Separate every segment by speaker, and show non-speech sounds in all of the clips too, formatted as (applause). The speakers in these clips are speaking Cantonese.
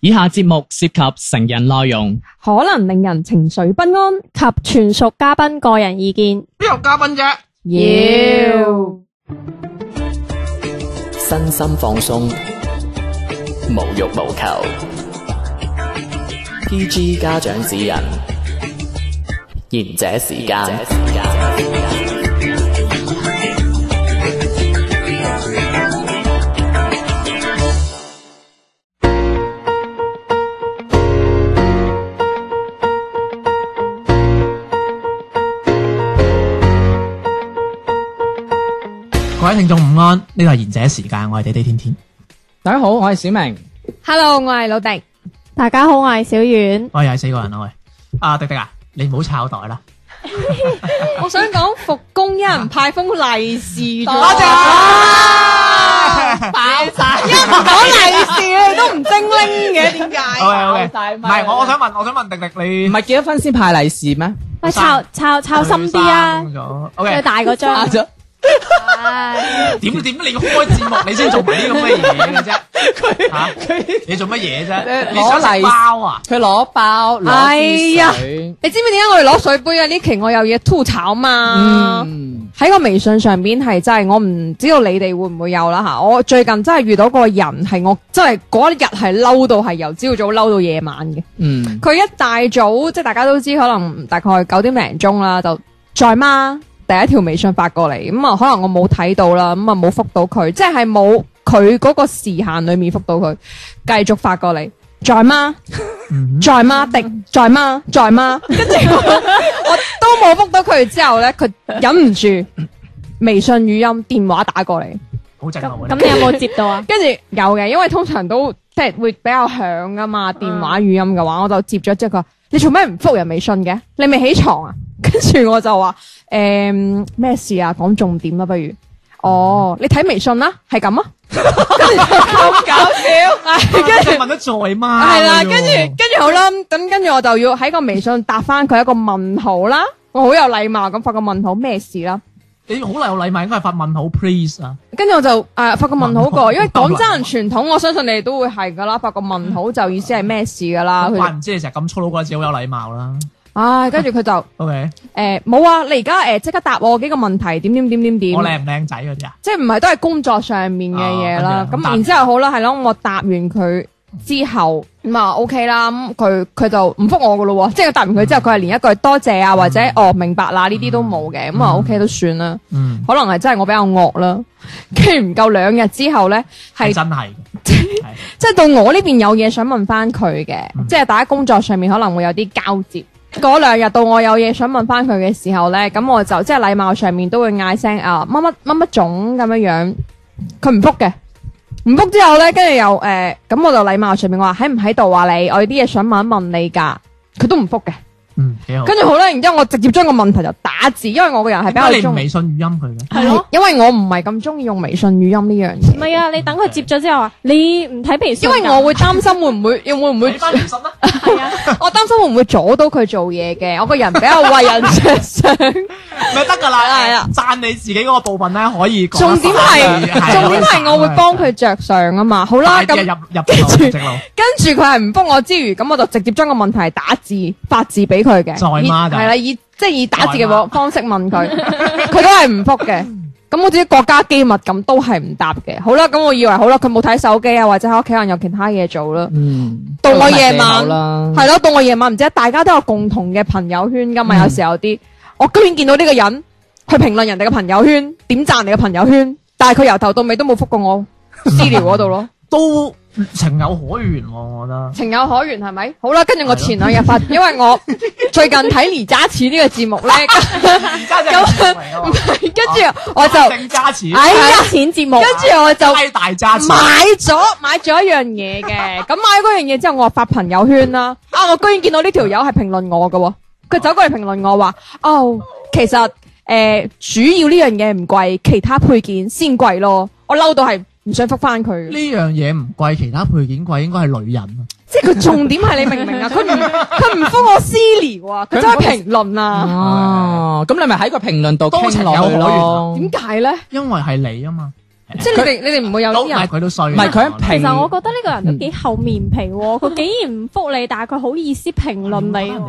Speaker 1: 以下節目涉及成人內容，
Speaker 2: 可能令人情緒不安。
Speaker 3: 及全屬嘉賓個人意見。
Speaker 4: 邊有嘉賓啫？
Speaker 5: 身心放鬆，無欲無求。PG 家長指引，賢者時間。
Speaker 4: 各位聽眾午安，呢度係賢者時間，我係地地天天。
Speaker 1: 大家好，我係小明。
Speaker 2: Hello，我係老迪。
Speaker 3: 大家好，我係小遠。
Speaker 4: 喂，又係四個人啦喂，啊迪迪啊，你唔好抄袋啦。
Speaker 2: 我想講復工一人派封利是啫，多
Speaker 4: 多
Speaker 2: 爆晒！一唔講利是你都唔精靈嘅，點解？
Speaker 4: OK
Speaker 2: 爆晒
Speaker 4: OK，唔係我我想問，我想問迪迪你
Speaker 6: 唔係結咗婚先派利是咩？
Speaker 3: 喂，抄抄抄深啲啊！
Speaker 4: 咗
Speaker 3: 最
Speaker 4: ，OK，
Speaker 3: 大嗰
Speaker 6: 派
Speaker 3: 張。
Speaker 6: 咗
Speaker 3: 唉
Speaker 4: 點點你要開節目，你先做埋啲咁嘅嘢嘅啫。
Speaker 6: 佢
Speaker 4: 吓，
Speaker 6: 佢
Speaker 4: 你做乜嘢啫？
Speaker 6: 誒
Speaker 4: 你想
Speaker 6: 攞
Speaker 4: 食
Speaker 6: 利
Speaker 4: 包啊？
Speaker 6: 佢攞包攞
Speaker 2: 哎呀
Speaker 6: 啲水，
Speaker 2: 你知唔知點解我哋攞水杯啊？呢期我有嘢吐槽嘛。
Speaker 6: 嗯，
Speaker 2: 喺個微信上邊係真係，我唔知道你哋會唔會有啦吓。我最近真係遇到個人係我真係嗰一日係嬲到係由朝早嬲到夜晚嘅。
Speaker 6: 嗯，
Speaker 2: 佢一大早即係大家都知，可能大概九點零鐘啦，就在嗎？第一條微信發過嚟，咁啊可能我冇睇到啦，咁啊冇覆到佢，即係冇佢嗰個時限裏面覆到佢，繼續發過嚟，在嗎？
Speaker 4: 嗯
Speaker 2: 在嗎？迪在嗎？在嗎？跟住我我都冇覆到佢之後咧，佢忍唔住微信語音電話打過嚟。
Speaker 4: 好正啊！
Speaker 3: 咁
Speaker 4: 我
Speaker 3: 咁
Speaker 4: 哋
Speaker 3: 你有冇接到啊？
Speaker 2: 跟住有嘅，因為通常都即係會比較響噶嘛，電話語音嘅話，我就接咗之後佢話：你做咩唔覆人微信嘅？ (laughs) 你未起床啊？跟住我就話：誒咩事啊？講重點啦，不如。哦，你睇微信啦，係咁啊，咁搞笑，跟住
Speaker 4: 跟住問得在嗎？
Speaker 2: 係啦，跟住跟住好啦，咁跟住我就要喺個微信答翻佢一個問號啦，我好有禮貌咁發個問號咩事啦。
Speaker 4: 你好有禮貌，應該係發問號 please 啊。
Speaker 2: 跟住我就誒、呃、發個問號
Speaker 4: 問號 (laughs)
Speaker 2: 過，因為廣
Speaker 4: 啊
Speaker 2: 州人傳統，我相信你哋都會係噶啦。發個問號就意思係咩事噶
Speaker 4: (laughs)
Speaker 2: 啦。佢
Speaker 4: 怪
Speaker 2: 就
Speaker 4: 唔知你成日咁粗魯嗰陣時好有禮貌啦。
Speaker 2: 唉，跟住佢就誒
Speaker 4: OK，
Speaker 2: 冇、啊！你而家誒即刻答我幾個問題，點點點點點
Speaker 4: 我，靚唔靚仔嗰啲啊？
Speaker 2: 即係唔係都係工作上面嘅嘢啦
Speaker 4: 啊。
Speaker 2: 咁、
Speaker 4: 咁樣
Speaker 2: 然之後好啦，係咯，我答完佢之後咁啊 OK 啦，咁佢佢就唔覆我噶咯喎。即係答完佢之後，佢係連一句多謝啊，或者哦明白啦呢啲都冇嘅，咁啊 OK 都算啦。
Speaker 4: 嗯，
Speaker 2: 可能係真係我比較惡啦。跟住唔夠兩日之後咧，係
Speaker 4: 係真係嘅。係
Speaker 2: 即係到我呢邊有嘢想問翻佢嘅，
Speaker 4: 嗯
Speaker 2: 即係大家工作上面可能會有啲交接。嗰兩日到我有嘢想問翻佢嘅時候咧，咁我就即係禮貌上面都會嗌聲啊乜乜乜乜種咁樣樣，佢唔覆嘅，唔覆之後咧，跟住又呃誒，咁、我就禮貌上面我話喺唔喺度啊你，我有啲嘢想問一問你㗎，佢都唔覆嘅，
Speaker 4: 嗯，幾好。
Speaker 2: 跟住好啦，然之後我直接將個問題就打字，因為我個人係
Speaker 4: 點解
Speaker 2: 比
Speaker 4: 你
Speaker 2: 較
Speaker 4: 唔
Speaker 2: 中
Speaker 4: 微信語音佢嘅？
Speaker 3: 係咯，
Speaker 2: 因為我唔係咁中意用微信語音呢樣
Speaker 3: 唔
Speaker 2: 嘢，
Speaker 3: 係啊！你等佢接咗之後啊，你唔睇微信
Speaker 2: 因
Speaker 3: 㗎，
Speaker 2: 為我會擔心會唔會會唔會
Speaker 4: 俾。翻微信啦。
Speaker 3: 係啊，
Speaker 2: 我擔心會唔會阻到佢做嘢嘅，我個人比較為人着想。
Speaker 4: 咪得噶啦，
Speaker 2: 係啊
Speaker 4: 讚你自己嗰個部分咧，可以
Speaker 2: (laughs)
Speaker 4: 講
Speaker 2: 重
Speaker 4: 得
Speaker 2: 點
Speaker 4: 快
Speaker 2: 係
Speaker 4: 啲係
Speaker 2: 重點係我會幫佢着想啊嘛。好啦，
Speaker 4: 快
Speaker 2: 咁
Speaker 4: 啲啊入入直路入直路，
Speaker 2: 跟住佢係唔覆我之餘，咁我就直接將個問題打字發字俾佢嘅。
Speaker 4: 在嗎
Speaker 2: 以
Speaker 4: 就係
Speaker 2: 係啦，以即係以打字
Speaker 4: 在
Speaker 2: 嘅
Speaker 4: 嗎
Speaker 2: 方式問佢， (laughs) 佢都係唔覆嘅。咁好似國家機密咁，都係唔答嘅。好啦，咁我以為好啦，佢冇睇手機啊，或者喺屋企可能有其他嘢做啦。
Speaker 6: 嗯，
Speaker 2: 到我夜
Speaker 6: 咁咪
Speaker 2: 晚
Speaker 6: 好啦，
Speaker 2: 係咯，到我夜晚唔知，大家都有共同嘅朋友圈噶嘛，有時候有啲，我居然見到呢個人去評論人哋嘅朋友圈，點讚你嘅朋友圈，但係佢由頭到尾都冇覆過我私聊嗰度咯，
Speaker 4: 都情有可原喎，我覺得。
Speaker 2: (laughs) 情有可原係咪？好啦，跟住我前兩日發，因為 (laughs) 我最近睇《離家似》呢個節目咧，
Speaker 4: 而家就係
Speaker 2: 跟住我 (laughs) 就，
Speaker 4: 正揸錢，
Speaker 2: 哎呀，
Speaker 3: 有錢節目
Speaker 2: 跟。住我就。
Speaker 4: 拉大揸
Speaker 2: 買
Speaker 4: 錢。
Speaker 2: 咗買咗一樣嘢
Speaker 4: (laughs)
Speaker 2: 嘅，咁買嗰樣嘢之後，我發朋友圈啦，啊，我居然見到呢條友係評論我嘅喎，佢走過嚟評論我話，哦，其實誒、呃主要呢樣嘢唔貴，其他配件先貴咯，我嬲到係唔想覆翻
Speaker 4: 呢
Speaker 2: 佢，
Speaker 4: 樣嘢唔貴，其他配件貴，應該係女人啊。
Speaker 2: 即係佢重點係你明唔明啊？
Speaker 4: (laughs)
Speaker 2: 佢唔佢唔覆我私聊啊，佢走去評論啊，
Speaker 6: 哦，咁你咪喺個評論度
Speaker 4: 都
Speaker 6: 傾
Speaker 4: 情
Speaker 6: 落
Speaker 4: 有可
Speaker 6: 去
Speaker 4: 原啊
Speaker 6: 咯。
Speaker 2: 點解咧？
Speaker 4: 因為係你啊嘛，
Speaker 2: 即系你哋你哋唔會有
Speaker 4: 都唔
Speaker 2: 啲
Speaker 4: 係
Speaker 2: 人
Speaker 4: 佢都衰，
Speaker 6: 唔係佢
Speaker 3: 其
Speaker 6: 平
Speaker 3: 實我覺得呢個人都幾厚面皮喎，佢竟然唔覆你，但係佢好意思評論你喎。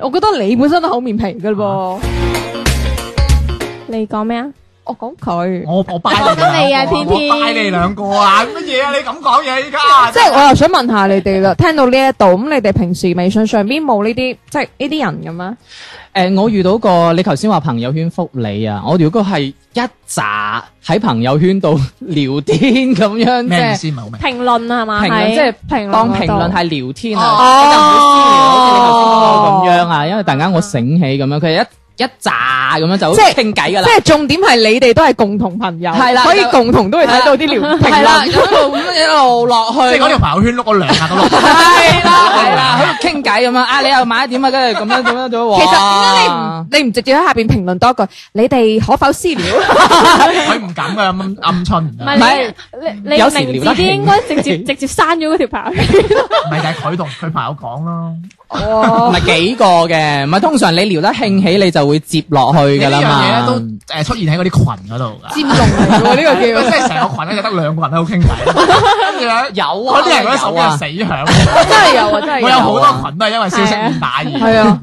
Speaker 2: 我覺得你本身都厚面皮噶噃。
Speaker 3: 你講咩啊？
Speaker 2: 我講佢，
Speaker 4: 我我拜
Speaker 3: 我覺得你啊
Speaker 4: 兩個
Speaker 3: 天天
Speaker 4: 我拜你兩個啊！乜嘢啊？你咁講嘢依家，
Speaker 2: 即係我又想問下你哋啦。聽到呢一度，咁你哋平時微信上邊冇呢啲即係呢啲人嘅咩？
Speaker 1: 诶、我遇到個你頭先話朋友圈覆你啊，我如果係一扎喺朋友圈度聊天咁樣，即
Speaker 4: 咩意
Speaker 1: 係
Speaker 4: 思唔係好明？
Speaker 3: 評論啊係嘛？
Speaker 1: 評論
Speaker 3: 係
Speaker 1: 即係
Speaker 3: 評
Speaker 1: 啊當
Speaker 3: 嗰
Speaker 1: 評
Speaker 3: 度
Speaker 1: 論係聊天啊，
Speaker 4: 哦
Speaker 1: 你就唔會私聊，好似你頭先嗰個咁樣啊。因為突然間我醒起咁樣，佢一一扎咁樣就
Speaker 2: 即係
Speaker 1: 傾偈噶啦
Speaker 2: 即。係重點係你哋都係共同朋友，
Speaker 6: 係啦
Speaker 2: 所以
Speaker 6: 就
Speaker 2: 共同都會睇到啲聊評
Speaker 6: 係啦，
Speaker 2: 論
Speaker 6: 一。路咁一路落去，
Speaker 4: 即係嗰條朋友圈碌我兩下都碌，
Speaker 1: 係啦，係啦，喺度傾偈咁樣啊！你又買點啊？跟住咁樣咁樣咁樣。
Speaker 2: 其實點
Speaker 1: 哇
Speaker 2: 解你唔你唔直接喺下邊評論多句？你哋可否私聊？
Speaker 4: 佢唔敢噶，暗暗春
Speaker 3: 唔
Speaker 4: 唔係
Speaker 3: 係你你
Speaker 1: 有時
Speaker 3: 你明
Speaker 1: 聊得
Speaker 3: 字啲
Speaker 1: 興
Speaker 3: 應該直接直接刪咗嗰條朋友 (laughs) 圈。
Speaker 4: 就係佢同佢朋友講咯。
Speaker 2: (laughs)
Speaker 1: 唔係幾個嘅，唔係通常你聊得興起，你就會接落去
Speaker 4: 你
Speaker 1: 㗎啦
Speaker 4: 呢樣嘢咧
Speaker 1: 嘛。
Speaker 4: 都誒出現喺嗰啲群嗰度㗎。
Speaker 2: 佔用嚟喎，呢個
Speaker 4: 即
Speaker 2: 叫。
Speaker 4: 係成個群咧，就得兩個人喺度傾偈，跟住咧
Speaker 1: 有啊，
Speaker 4: 嗰啲人嗰啲手
Speaker 1: 有啊。
Speaker 4: 機係死響。
Speaker 2: 真係有啊，真係
Speaker 4: 我有好多群都係因為消息面打
Speaker 2: 係
Speaker 4: 而。
Speaker 2: 啊，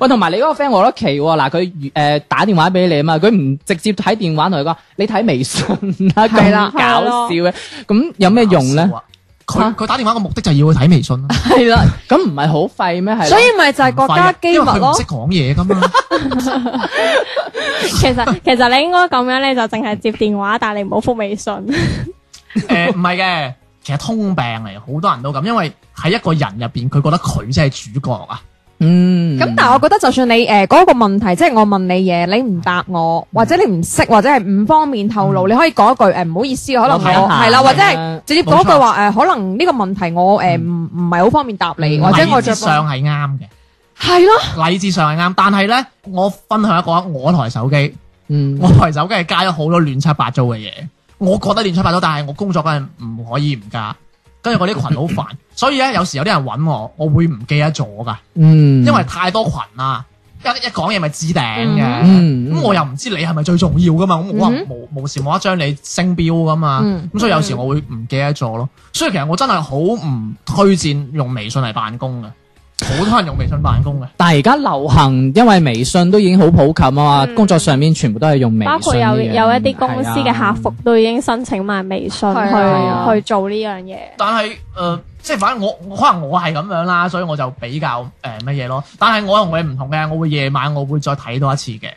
Speaker 1: 喂，同埋你嗰個 friend 我覺得奇喎，嗱佢誒打電話俾你啊嘛，佢唔直接睇電話同佢講，你睇微信啦，
Speaker 2: 係
Speaker 1: 咁
Speaker 2: 啦
Speaker 1: 搞笑嘅，咁有咩用咧？？
Speaker 4: 啊佢佢打電話個目的就係要去睇微信咯，
Speaker 1: 係啦，咁唔係好廢咩？係咯
Speaker 2: 所以咪就係國家機密
Speaker 4: 因為佢唔
Speaker 2: 咯
Speaker 4: 識。講嘢噶嘛，
Speaker 3: 其實其實你應該咁樣咧，就淨係接電話，但係你唔好覆微信。
Speaker 4: 誒呃唔係嘅，其實通病嚟，好多人都咁，因為喺一個人入邊，佢覺得佢先係主角啊。
Speaker 1: 嗯，
Speaker 2: 咁但係我覺得就算你誒嗰個問題，即係我問你嘢，你唔答我，或者你唔識，或者係唔方便透露，你可以講一句誒唔好意思，可能
Speaker 1: 我睇下
Speaker 2: 我係啦，或者
Speaker 1: 係
Speaker 2: 係
Speaker 1: 啊
Speaker 2: 直接講一句話誒，可能呢個問題我誒唔唔係好方便答你，或者我
Speaker 4: 理
Speaker 2: 再
Speaker 4: 智上嗯係啱
Speaker 2: 係咯，
Speaker 4: 嘅，理智上係啱，但係咧，我分享一個我台手機，
Speaker 1: 嗯
Speaker 4: 我台手機係加咗好多亂七八糟嘅嘢，我覺得亂七八糟，但係我工作嗰陣唔可以唔加，跟住嗰啲群好煩，所以咧有時有啲人揾我，我會唔記得咗㗎，
Speaker 1: 嗯，
Speaker 4: 因為太多群啦，一一講嘢咪置頂嘅，
Speaker 1: 嗯
Speaker 4: 咁我又唔知你係咪最重要㗎嘛，咁我
Speaker 2: 嗯
Speaker 4: 無無時無刻將你升標㗎嘛，
Speaker 2: 嗯
Speaker 4: 咁所以有時我會唔記得咗咯，所以其實我真係好唔推薦用微信嚟辦公嘅，好多人用微信辦公嘅。
Speaker 1: 但係而家流行，因為微信都已經好普及啊嘛，
Speaker 3: 嗯
Speaker 1: 工作上面全部都係用微信
Speaker 3: 包括有有
Speaker 1: 呢
Speaker 3: 一
Speaker 1: 樣
Speaker 3: 啲公司嘅
Speaker 1: 嗯係啊
Speaker 3: 客服都已經申請埋微信去
Speaker 2: 係啊
Speaker 3: 去做呢樣嘢。
Speaker 4: 但係誒、呃即係反正我我可能我係咁樣啦，所以我就比較誒乜嘢咯。但係我同你唔同嘅，我會夜晚我會再睇多一次嘅。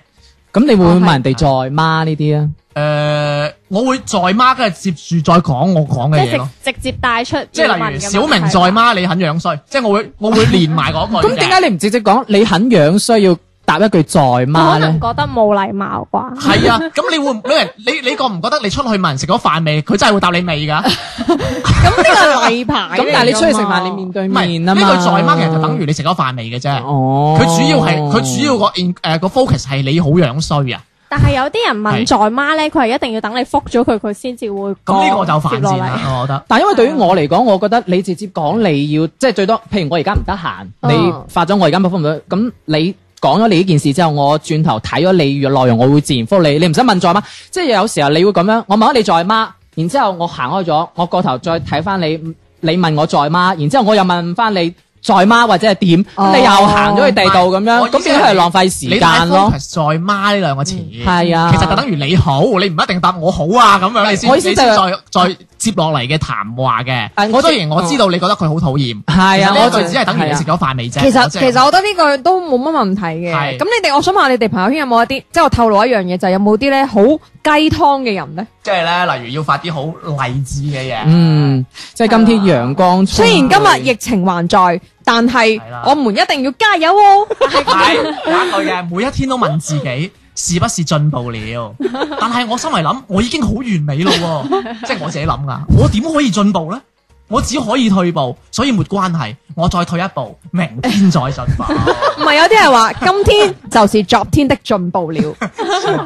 Speaker 4: 誒、
Speaker 1: 咁你會唔會問人哋在嗎呢啲啊？
Speaker 4: 呃我會在媽跟住接住再講我講
Speaker 3: 即
Speaker 4: 嘅嘢
Speaker 3: 係
Speaker 4: 咯。
Speaker 3: 直直接帶出
Speaker 4: 即係例如小明在媽，你肯樣衰，即係我會我會連
Speaker 1: (laughs)
Speaker 4: 埋嗰句嘅。
Speaker 1: 咁啊點解你唔直接講你很樣衰要答一句在
Speaker 3: 佢
Speaker 1: 嗎
Speaker 3: 可能
Speaker 1: 咧？
Speaker 3: 覺得冇禮貌啩？
Speaker 4: 係啊，咁你會唔你你你覺唔覺得你出去問人食咗飯未，佢真係會答你未
Speaker 1: (laughs)
Speaker 4: 㗎？
Speaker 2: 咁呢個係例牌嚟㗎嘛。
Speaker 1: 咁但係你出去食飯，你面對
Speaker 4: 唔係
Speaker 1: 面啊
Speaker 4: 呢句
Speaker 1: 嘛。
Speaker 4: 在媽其實就等於你食咗飯未嘅啫。
Speaker 1: 哦，
Speaker 4: 佢主要係佢主要個 in 誒個 focus 係你好樣衰啊。
Speaker 3: 但係有啲人問在媽咧，佢係一定要等你覆咗佢，佢先至會
Speaker 4: 咁
Speaker 1: 哦
Speaker 4: 呢個就
Speaker 3: 接
Speaker 4: 犯
Speaker 3: 落
Speaker 4: 賤
Speaker 3: 嚟。
Speaker 4: 啦，我覺得。
Speaker 1: 但因為對於我嚟講，我覺得你直接講你要即係最多，譬如我而家唔得閒，你發咗我而家冇覆唔到，咁你講咗你呢件事之後，我轉頭睇咗你嘅內容，我會自然覆你，你唔使問在嗎？即係有時候你會咁樣，我啊問咗你在嗎，然之後我行開咗，我過頭再睇翻你，你問我在嗎，然之後我又問翻你在嗎或者係點，
Speaker 2: 哦
Speaker 1: 咁你又行咗去地道咁樣，
Speaker 4: 我意思
Speaker 1: 咁變咗係浪費時
Speaker 4: 你
Speaker 1: 間咯。
Speaker 4: 太 focus 在媽呢兩個詞，
Speaker 1: 係啊
Speaker 4: 其實就等於你好，你唔一定答我好啊咁樣，你先
Speaker 1: 我
Speaker 4: 你
Speaker 1: 意思
Speaker 4: 先
Speaker 1: 就係
Speaker 4: 再再接落嚟嘅談話嘅
Speaker 1: 誒。我知
Speaker 4: 雖然我知道你覺得佢好討厭，
Speaker 1: 係啊，我
Speaker 4: 我就只係等於
Speaker 1: 係
Speaker 4: 你
Speaker 1: 啊
Speaker 4: 食咗飯未啫。
Speaker 2: 其實
Speaker 4: 我即係
Speaker 2: 其實我覺得呢個都冇乜問題嘅。
Speaker 4: 係
Speaker 2: 咁你哋，我想問下你哋朋友圈有冇一啲，即係我透露一樣嘢，就係有冇啲咧好雞湯嘅人咧？
Speaker 4: 即係咧，例如要發啲好勵志嘅嘢。
Speaker 1: 嗯，即係今天陽光
Speaker 2: 雖
Speaker 1: 雖
Speaker 2: 然今日疫情還在，但係
Speaker 4: 係啦
Speaker 2: 我們一定要加油哦！
Speaker 4: 係有一句嘅，每一天都問自己。是不是進步了？但係我心嚟諗，我已經好完美咯喎，即係我自己諗噶。我點可以進步呢？我只可以退步，所以沒關係。我再退一步，明天再進步。 (laughs)
Speaker 2: 唔係有啲係話，今天就是昨天的進步了。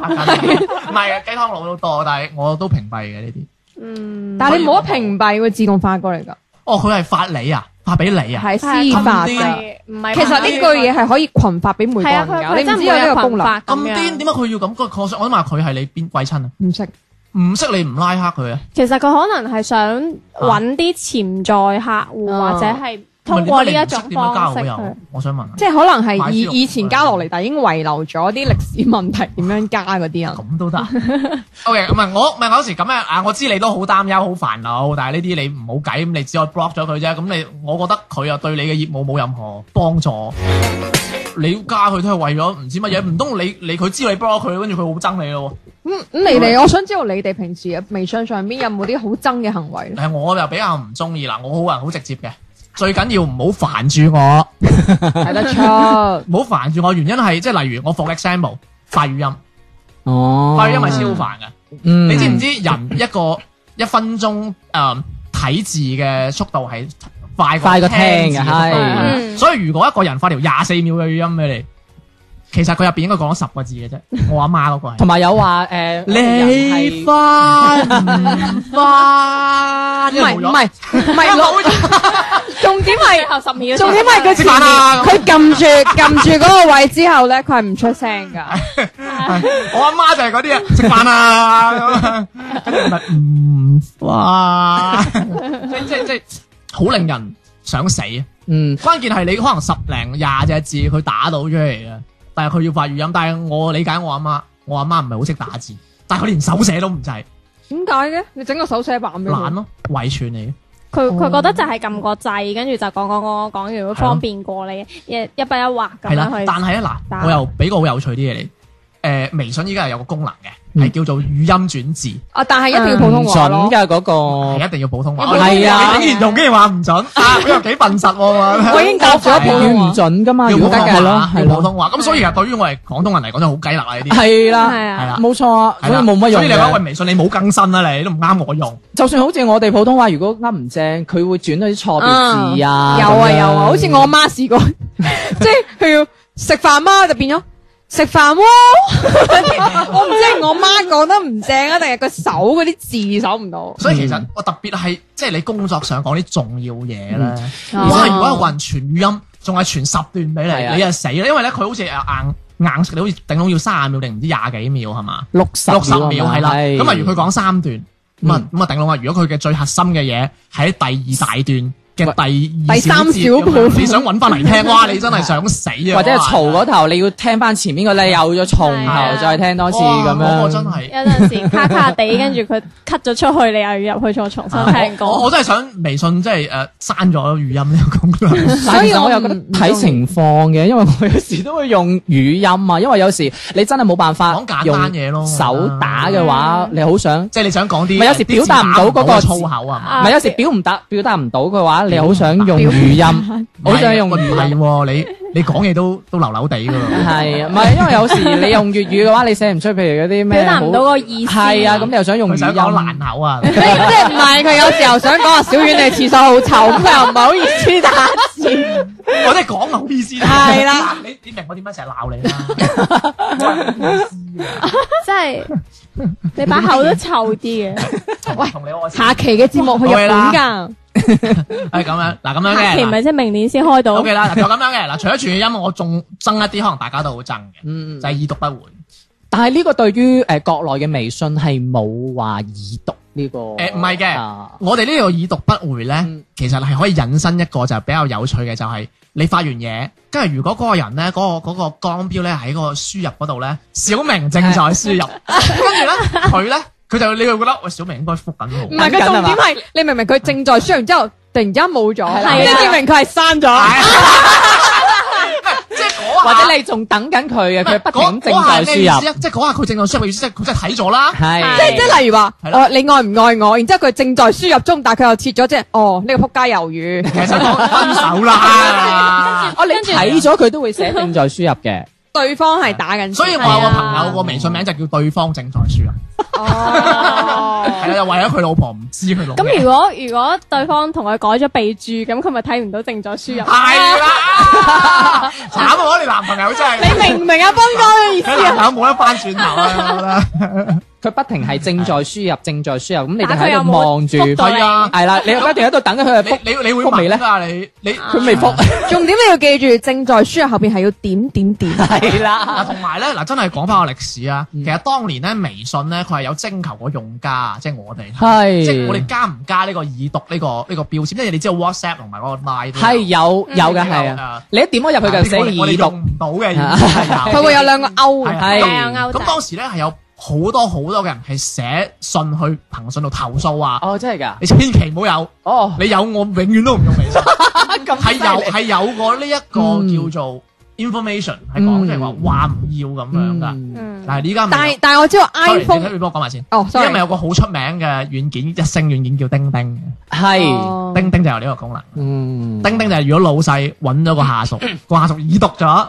Speaker 4: 唔係啊，雞湯佬都多，但係我都屏蔽嘅呢啲。
Speaker 3: 嗯，
Speaker 2: 但係你冇得屏蔽，會自動發過嚟㗎，
Speaker 4: 哦，佢係發你啊，發俾你啊，
Speaker 2: 係私發
Speaker 4: 咁
Speaker 2: 㗎。
Speaker 4: 癲
Speaker 3: 係唔係？啊
Speaker 2: 其實呢句嘢係可以群發俾每個
Speaker 3: 係
Speaker 2: 人
Speaker 3: 啊，佢
Speaker 2: 㗎，
Speaker 3: 佢
Speaker 2: 你唔
Speaker 3: 真
Speaker 2: 知
Speaker 3: 係
Speaker 2: 有
Speaker 3: 會
Speaker 2: 呢
Speaker 3: 有
Speaker 2: 個功
Speaker 3: 群
Speaker 2: 能，
Speaker 3: 發
Speaker 4: 咁
Speaker 3: 咁
Speaker 4: 癲點
Speaker 3: 樣。
Speaker 4: 解佢要咁？我想問佢係你邊貴親啊？
Speaker 2: 唔識。
Speaker 4: 唔識你唔拉黑佢啊？
Speaker 3: 其實佢可能係想揾
Speaker 4: 啊
Speaker 3: 啲潛在客戶，
Speaker 2: 啊
Speaker 3: 或者係
Speaker 4: 唔係
Speaker 3: 通過呢一種
Speaker 4: 你點解你唔識點樣
Speaker 3: 方式
Speaker 4: 交好
Speaker 3: 去
Speaker 4: 友？我想問啊
Speaker 3: (laughs)
Speaker 4: 下，
Speaker 2: 即係可能係以
Speaker 4: 買豬肉
Speaker 2: 以前交落嚟，但已經遺留咗啲歷史問題，點樣加嗰啲人？啊
Speaker 4: 咁都得啊
Speaker 3: (laughs)
Speaker 4: ？OK，唔係我唔係我有時咁樣啊！我知你都好擔憂、好煩惱，但係呢啲你唔好計，咁你只可以 block 咗佢啫。咁你我覺得佢又對你嘅業務冇任何幫助，你加佢都係為咗唔知乜嘢，唔通你你佢知你 block 佢，跟住佢好憎你咯喎？
Speaker 2: 咁咁你哋，我想知道你哋平時嘅微信上邊有冇啲好憎嘅行為咧？
Speaker 4: (laughs) 但係我就比較唔中意嗱，我好人好直接嘅，最緊要唔好煩住我。
Speaker 2: 睇得出，
Speaker 4: 唔好煩住我，原因係即係例如我 for example 快語音，
Speaker 1: 哦，
Speaker 4: 快語音係超煩嘅。
Speaker 1: 嗯，
Speaker 4: 你知唔知人一個一分鐘誒睇字嘅速度係快過
Speaker 1: 快過聽
Speaker 4: 聽字
Speaker 1: 嘅
Speaker 4: 嘅速度
Speaker 1: 係
Speaker 4: 嗯所以如果一個人發條廿四秒嘅語音俾你，其實佢入邊應該講咗十個字嘅啫。我阿媽嗰個係
Speaker 1: 同。埋有話誒，
Speaker 4: 你
Speaker 1: 唔
Speaker 4: 翻唔翻？
Speaker 2: 唔係唔係唔係
Speaker 4: 我
Speaker 2: 落，
Speaker 4: 好似
Speaker 2: 重點係
Speaker 3: 後十 (laughs) 秒
Speaker 2: 重點係佢
Speaker 4: 食
Speaker 2: 前
Speaker 4: 飯
Speaker 2: 面
Speaker 4: 啦咁
Speaker 2: 佢撳住撳住嗰個位之後咧，佢係唔出聲㗎。
Speaker 4: 我阿媽就係嗰啲啊，食飯啊咁啊，跟住咪唔哇，即即即好令人想死啊！
Speaker 1: 嗯，
Speaker 4: 關鍵係你可能十零廿隻字佢打到出嚟嘅，但係佢要發語音。但係我理解我阿媽，我阿媽唔係好識打字，但係佢連手寫都唔制，
Speaker 2: 點解嘅？你整個手寫版俾
Speaker 4: 懶
Speaker 2: 佢。
Speaker 4: 咯，遺傳嚟嘅。
Speaker 3: 佢佢覺得就係撳個掣，跟住就講講講講講，如果方便過你一一筆一畫咁
Speaker 4: 係啦，但
Speaker 3: 樣去。
Speaker 4: 係咧嗱，
Speaker 3: 打
Speaker 4: 我又俾個好有趣啲嘢你。誒、微信依家係有個功能
Speaker 1: 嗯
Speaker 4: 嘅，係叫做語音轉字，
Speaker 2: 啊，但係一定要普
Speaker 1: 唔
Speaker 2: 通話
Speaker 1: 準
Speaker 2: 咯。
Speaker 1: 㗎嗰個
Speaker 6: 哦
Speaker 4: 係，一定要普通話。哦
Speaker 1: 係啊
Speaker 4: 你竟然用竟然話
Speaker 1: (laughs)
Speaker 4: 唔準啊！你又幾笨
Speaker 2: (laughs)
Speaker 4: 實喎。
Speaker 2: 我已經教咗普
Speaker 1: 要
Speaker 2: 通
Speaker 1: 唔
Speaker 2: 話。
Speaker 1: 準㗎嘛，
Speaker 4: 要
Speaker 1: 如
Speaker 4: 普
Speaker 1: 果
Speaker 4: 通
Speaker 1: 得
Speaker 4: 話
Speaker 1: 嘅咯，
Speaker 4: 要
Speaker 1: 係
Speaker 4: 普
Speaker 1: 咯，
Speaker 4: 通話。咁所以啊，對於我哋廣東人嚟講，真係好雞肋啊！呢啲
Speaker 1: 係
Speaker 3: 係啊
Speaker 1: 啦，
Speaker 4: 係啦，
Speaker 1: 冇錯啊，所以冇乜用
Speaker 4: 所以你話喂
Speaker 1: 嘅。
Speaker 4: 微信你冇更新啦，你都唔啱我用。
Speaker 1: 就算好似我哋普通話，如果噏唔正，佢會轉到啲錯別字啊。
Speaker 2: 有啊
Speaker 1: 咁樣
Speaker 2: 有啊，好似我阿媽試過， (laughs) 即係佢要食飯媽就變咗食飯 (laughs) 喎。我唔知係我媽講得唔正啊，定係個手嗰啲字搜唔到。
Speaker 4: 所以其實
Speaker 1: 嗯
Speaker 4: 我特別係即係你工作上講啲重要嘢咧，
Speaker 2: 嗯
Speaker 4: 哇！
Speaker 2: 哦
Speaker 4: 如果有個人傳語音，仲係傳十段俾
Speaker 1: 係啊
Speaker 4: 你，你就死啦，因為咧佢好似硬硬食，你好似頂籠要三十秒定唔知廿幾秒係嘛？
Speaker 1: 六十啊
Speaker 4: 六十秒係啦，
Speaker 1: 係
Speaker 4: 咁啊如果佢講三段，咁啊
Speaker 1: 嗯
Speaker 4: 咁啊頂籠啊，如果佢嘅最核心嘅嘢喺第二大段嘅第二
Speaker 2: 第三
Speaker 4: 節
Speaker 2: 小
Speaker 4: 咁樣
Speaker 2: 部分
Speaker 4: 你想揾翻嚟
Speaker 1: (laughs)
Speaker 4: 聽，哇！你真係想死啊！
Speaker 1: 或者係嘈
Speaker 4: 哇
Speaker 1: 嗰頭，你要聽翻前面個咧，又再從
Speaker 3: 係啊
Speaker 1: 頭再聽多次咁
Speaker 4: 哇我我真
Speaker 1: 樣。
Speaker 4: 係。
Speaker 3: 有陣時卡卡地，跟住佢 cut 咗出去，你又要入去再重新聽
Speaker 4: 我我
Speaker 3: 過。
Speaker 4: 我真係想微信即係誒刪咗語音呢個功能。
Speaker 1: 但係其
Speaker 2: 所以
Speaker 1: 實
Speaker 2: 我
Speaker 1: 我又覺得
Speaker 2: 唔
Speaker 1: 睇情況嘅，
Speaker 4: 嗯
Speaker 1: 因為我有時都會用語音啊，因為有時你真係冇辦法
Speaker 4: 講簡
Speaker 1: 用
Speaker 4: 單嘢咯嗯
Speaker 1: 手打嘅話，你好想
Speaker 4: 即係你想講啲，
Speaker 1: 咪有時表達唔到嗰個
Speaker 4: 啲字打唔粗口啊嘛。
Speaker 3: 啊
Speaker 1: 咪有時表唔達表達唔到嘅話，你
Speaker 4: 表
Speaker 1: 好想用語音，好想用
Speaker 4: 唔
Speaker 1: 語
Speaker 4: 係
Speaker 1: 音。
Speaker 4: 喎，你你講嘢都都流流地噶喎。
Speaker 1: 係啊，唔係因為有時你用粵語嘅話，你寫唔出，譬如嗰啲咩
Speaker 3: 表達唔到個意思。
Speaker 1: 係啊，咁你又想用
Speaker 4: 佢
Speaker 1: 語
Speaker 4: 想講
Speaker 1: 音哦
Speaker 4: 爛，口啊，
Speaker 2: (laughs) 即係唔係佢有時候想講話小丸你廁所好臭，咁佢又唔係好意思打字。
Speaker 4: (laughs) 我真係講好意思。
Speaker 2: 係
Speaker 4: (laughs)
Speaker 2: 啦，
Speaker 4: 你你明我點解成日鬧你啦？啊
Speaker 3: 即係你把口都臭啲嘅。
Speaker 4: 喂，同你我
Speaker 2: 下期嘅節目去日本㗎，
Speaker 4: 係咁樣嗱，咁樣
Speaker 3: 下期咪
Speaker 4: 嘅。
Speaker 3: 即係明年先開到
Speaker 4: O K。啦，嗱就咁樣嘅嗱，除咗傳語音，我仲憎一啲可能大家都好憎嘅，
Speaker 1: 嗯
Speaker 4: 就係已讀不回。
Speaker 1: 但係呢個對於誒國內嘅微信係冇話已讀呢個
Speaker 4: 誒唔係嘅
Speaker 1: 啊，
Speaker 4: 我哋呢度已讀不回咧
Speaker 1: 嗯，
Speaker 4: 其實係可以引申一個就係比較有趣嘅，就係你發完嘢，跟住如果嗰個人咧，嗰個嗰個光標咧喺嗰個輸入嗰度咧，小明正在輸入，跟住咧佢咧佢就你會覺得喂小明應該覆緊
Speaker 2: 唔
Speaker 4: 我。
Speaker 2: 係佢重點係你明唔明佢正在輸完之後，突然之間冇咗，即係證明佢係刪咗。
Speaker 4: 即係嗰下
Speaker 1: 或者你仲等緊佢嘅，佢不
Speaker 4: 嗰
Speaker 1: 停正
Speaker 4: 嗰下
Speaker 1: 在
Speaker 4: 咩意
Speaker 1: 輸
Speaker 4: 思
Speaker 1: 入，
Speaker 4: 啊？即係嗰下佢正在輸入嘅意思，即係佢真係睇
Speaker 6: (laughs)
Speaker 4: 咗啦。
Speaker 1: 係
Speaker 2: 即係即係例如話，
Speaker 4: 係啦
Speaker 2: 哦，你愛唔愛我？然之後佢正在輸入中，但係佢又切咗即係，哦，呢個撲街魷魚，
Speaker 4: 其實講分手啦，
Speaker 1: 哦，你睇咗佢都會寫正在輸入嘅，
Speaker 2: 對方係打緊輸。
Speaker 4: 所以我有個朋友個微信名就叫對方正在輸入，
Speaker 2: 哦，
Speaker 4: 係啦，就為咗佢老婆唔知佢老婆。
Speaker 3: 咁如果如果對方同佢改咗備註，咁佢咪睇唔到正在輸入。
Speaker 4: 係啦，慘啊！我哋男朋友真係，
Speaker 2: 你明唔明啊，斌哥嘅意思
Speaker 4: (laughs) 佢男朋友冇得翻轉頭啊！我覺得
Speaker 6: 佢不停係正在輸入，正在輸入，咁你哋
Speaker 3: 打佢
Speaker 6: 喺
Speaker 3: 有
Speaker 6: 度
Speaker 3: 冇
Speaker 6: 望住，
Speaker 3: 覆到你
Speaker 4: 係啊
Speaker 6: 係啦，你又不斷喺度等緊佢去覆，
Speaker 4: 你你你會
Speaker 6: 覆未
Speaker 4: 問
Speaker 6: 咧
Speaker 4: 㗎你你
Speaker 6: 佢未覆，
Speaker 2: 重點你要記住，正在輸入後边係要點點點。
Speaker 6: 係啦
Speaker 4: 嗱，，同埋咧，嗱，真係講翻個歷史啊！其實當年咧，微信咧，佢係有徵求過用家，即係我哋，
Speaker 6: 係
Speaker 4: 即係我哋加唔加呢個已讀呢個呢個標籤，因為你知道 WhatsApp 同埋嗰個 Line
Speaker 6: 係
Speaker 4: 啊，
Speaker 6: 有有嘅係啊，
Speaker 4: 啊，
Speaker 6: 你一點開入去就
Speaker 4: 我哋我
Speaker 6: 寫
Speaker 4: 哋
Speaker 6: 已讀
Speaker 4: 用，唔到嘅，
Speaker 6: 啊
Speaker 2: 佢
Speaker 6: (laughs)
Speaker 4: 佢
Speaker 2: 會有兩個勾，
Speaker 4: 係啊
Speaker 6: 係
Speaker 3: 係啊，勾仔。
Speaker 4: 咁當時咧係有好多好多嘅人係寫信去騰訊度投訴啊！
Speaker 6: 哦，真係㗎，
Speaker 4: 你千祈唔好有，
Speaker 6: 哦，
Speaker 4: 你有我永遠都唔用微信。
Speaker 6: 咁犀
Speaker 4: 係有
Speaker 6: 利
Speaker 4: 係有過呢一個叫做 information 係講出嚟話
Speaker 6: 嗯
Speaker 4: 話唔要咁樣㗎。
Speaker 6: 嗯
Speaker 3: 嗯。
Speaker 4: 但係依家咪
Speaker 2: 但
Speaker 4: 有
Speaker 2: 係但係我知道
Speaker 4: sorry，你
Speaker 2: iPhone
Speaker 4: 你幫我講埋先。
Speaker 2: 哦
Speaker 4: 因為咪
Speaker 2: ，sorry，
Speaker 4: 有個好出名嘅軟件，一星軟件叫釘釘嘅，
Speaker 6: 係，
Speaker 2: 哦
Speaker 4: 釘釘就有呢個功能。
Speaker 6: 嗯，
Speaker 4: 釘釘就係如果老細揾咗個
Speaker 6: (coughs)
Speaker 4: 下屬，個下屬已讀咗，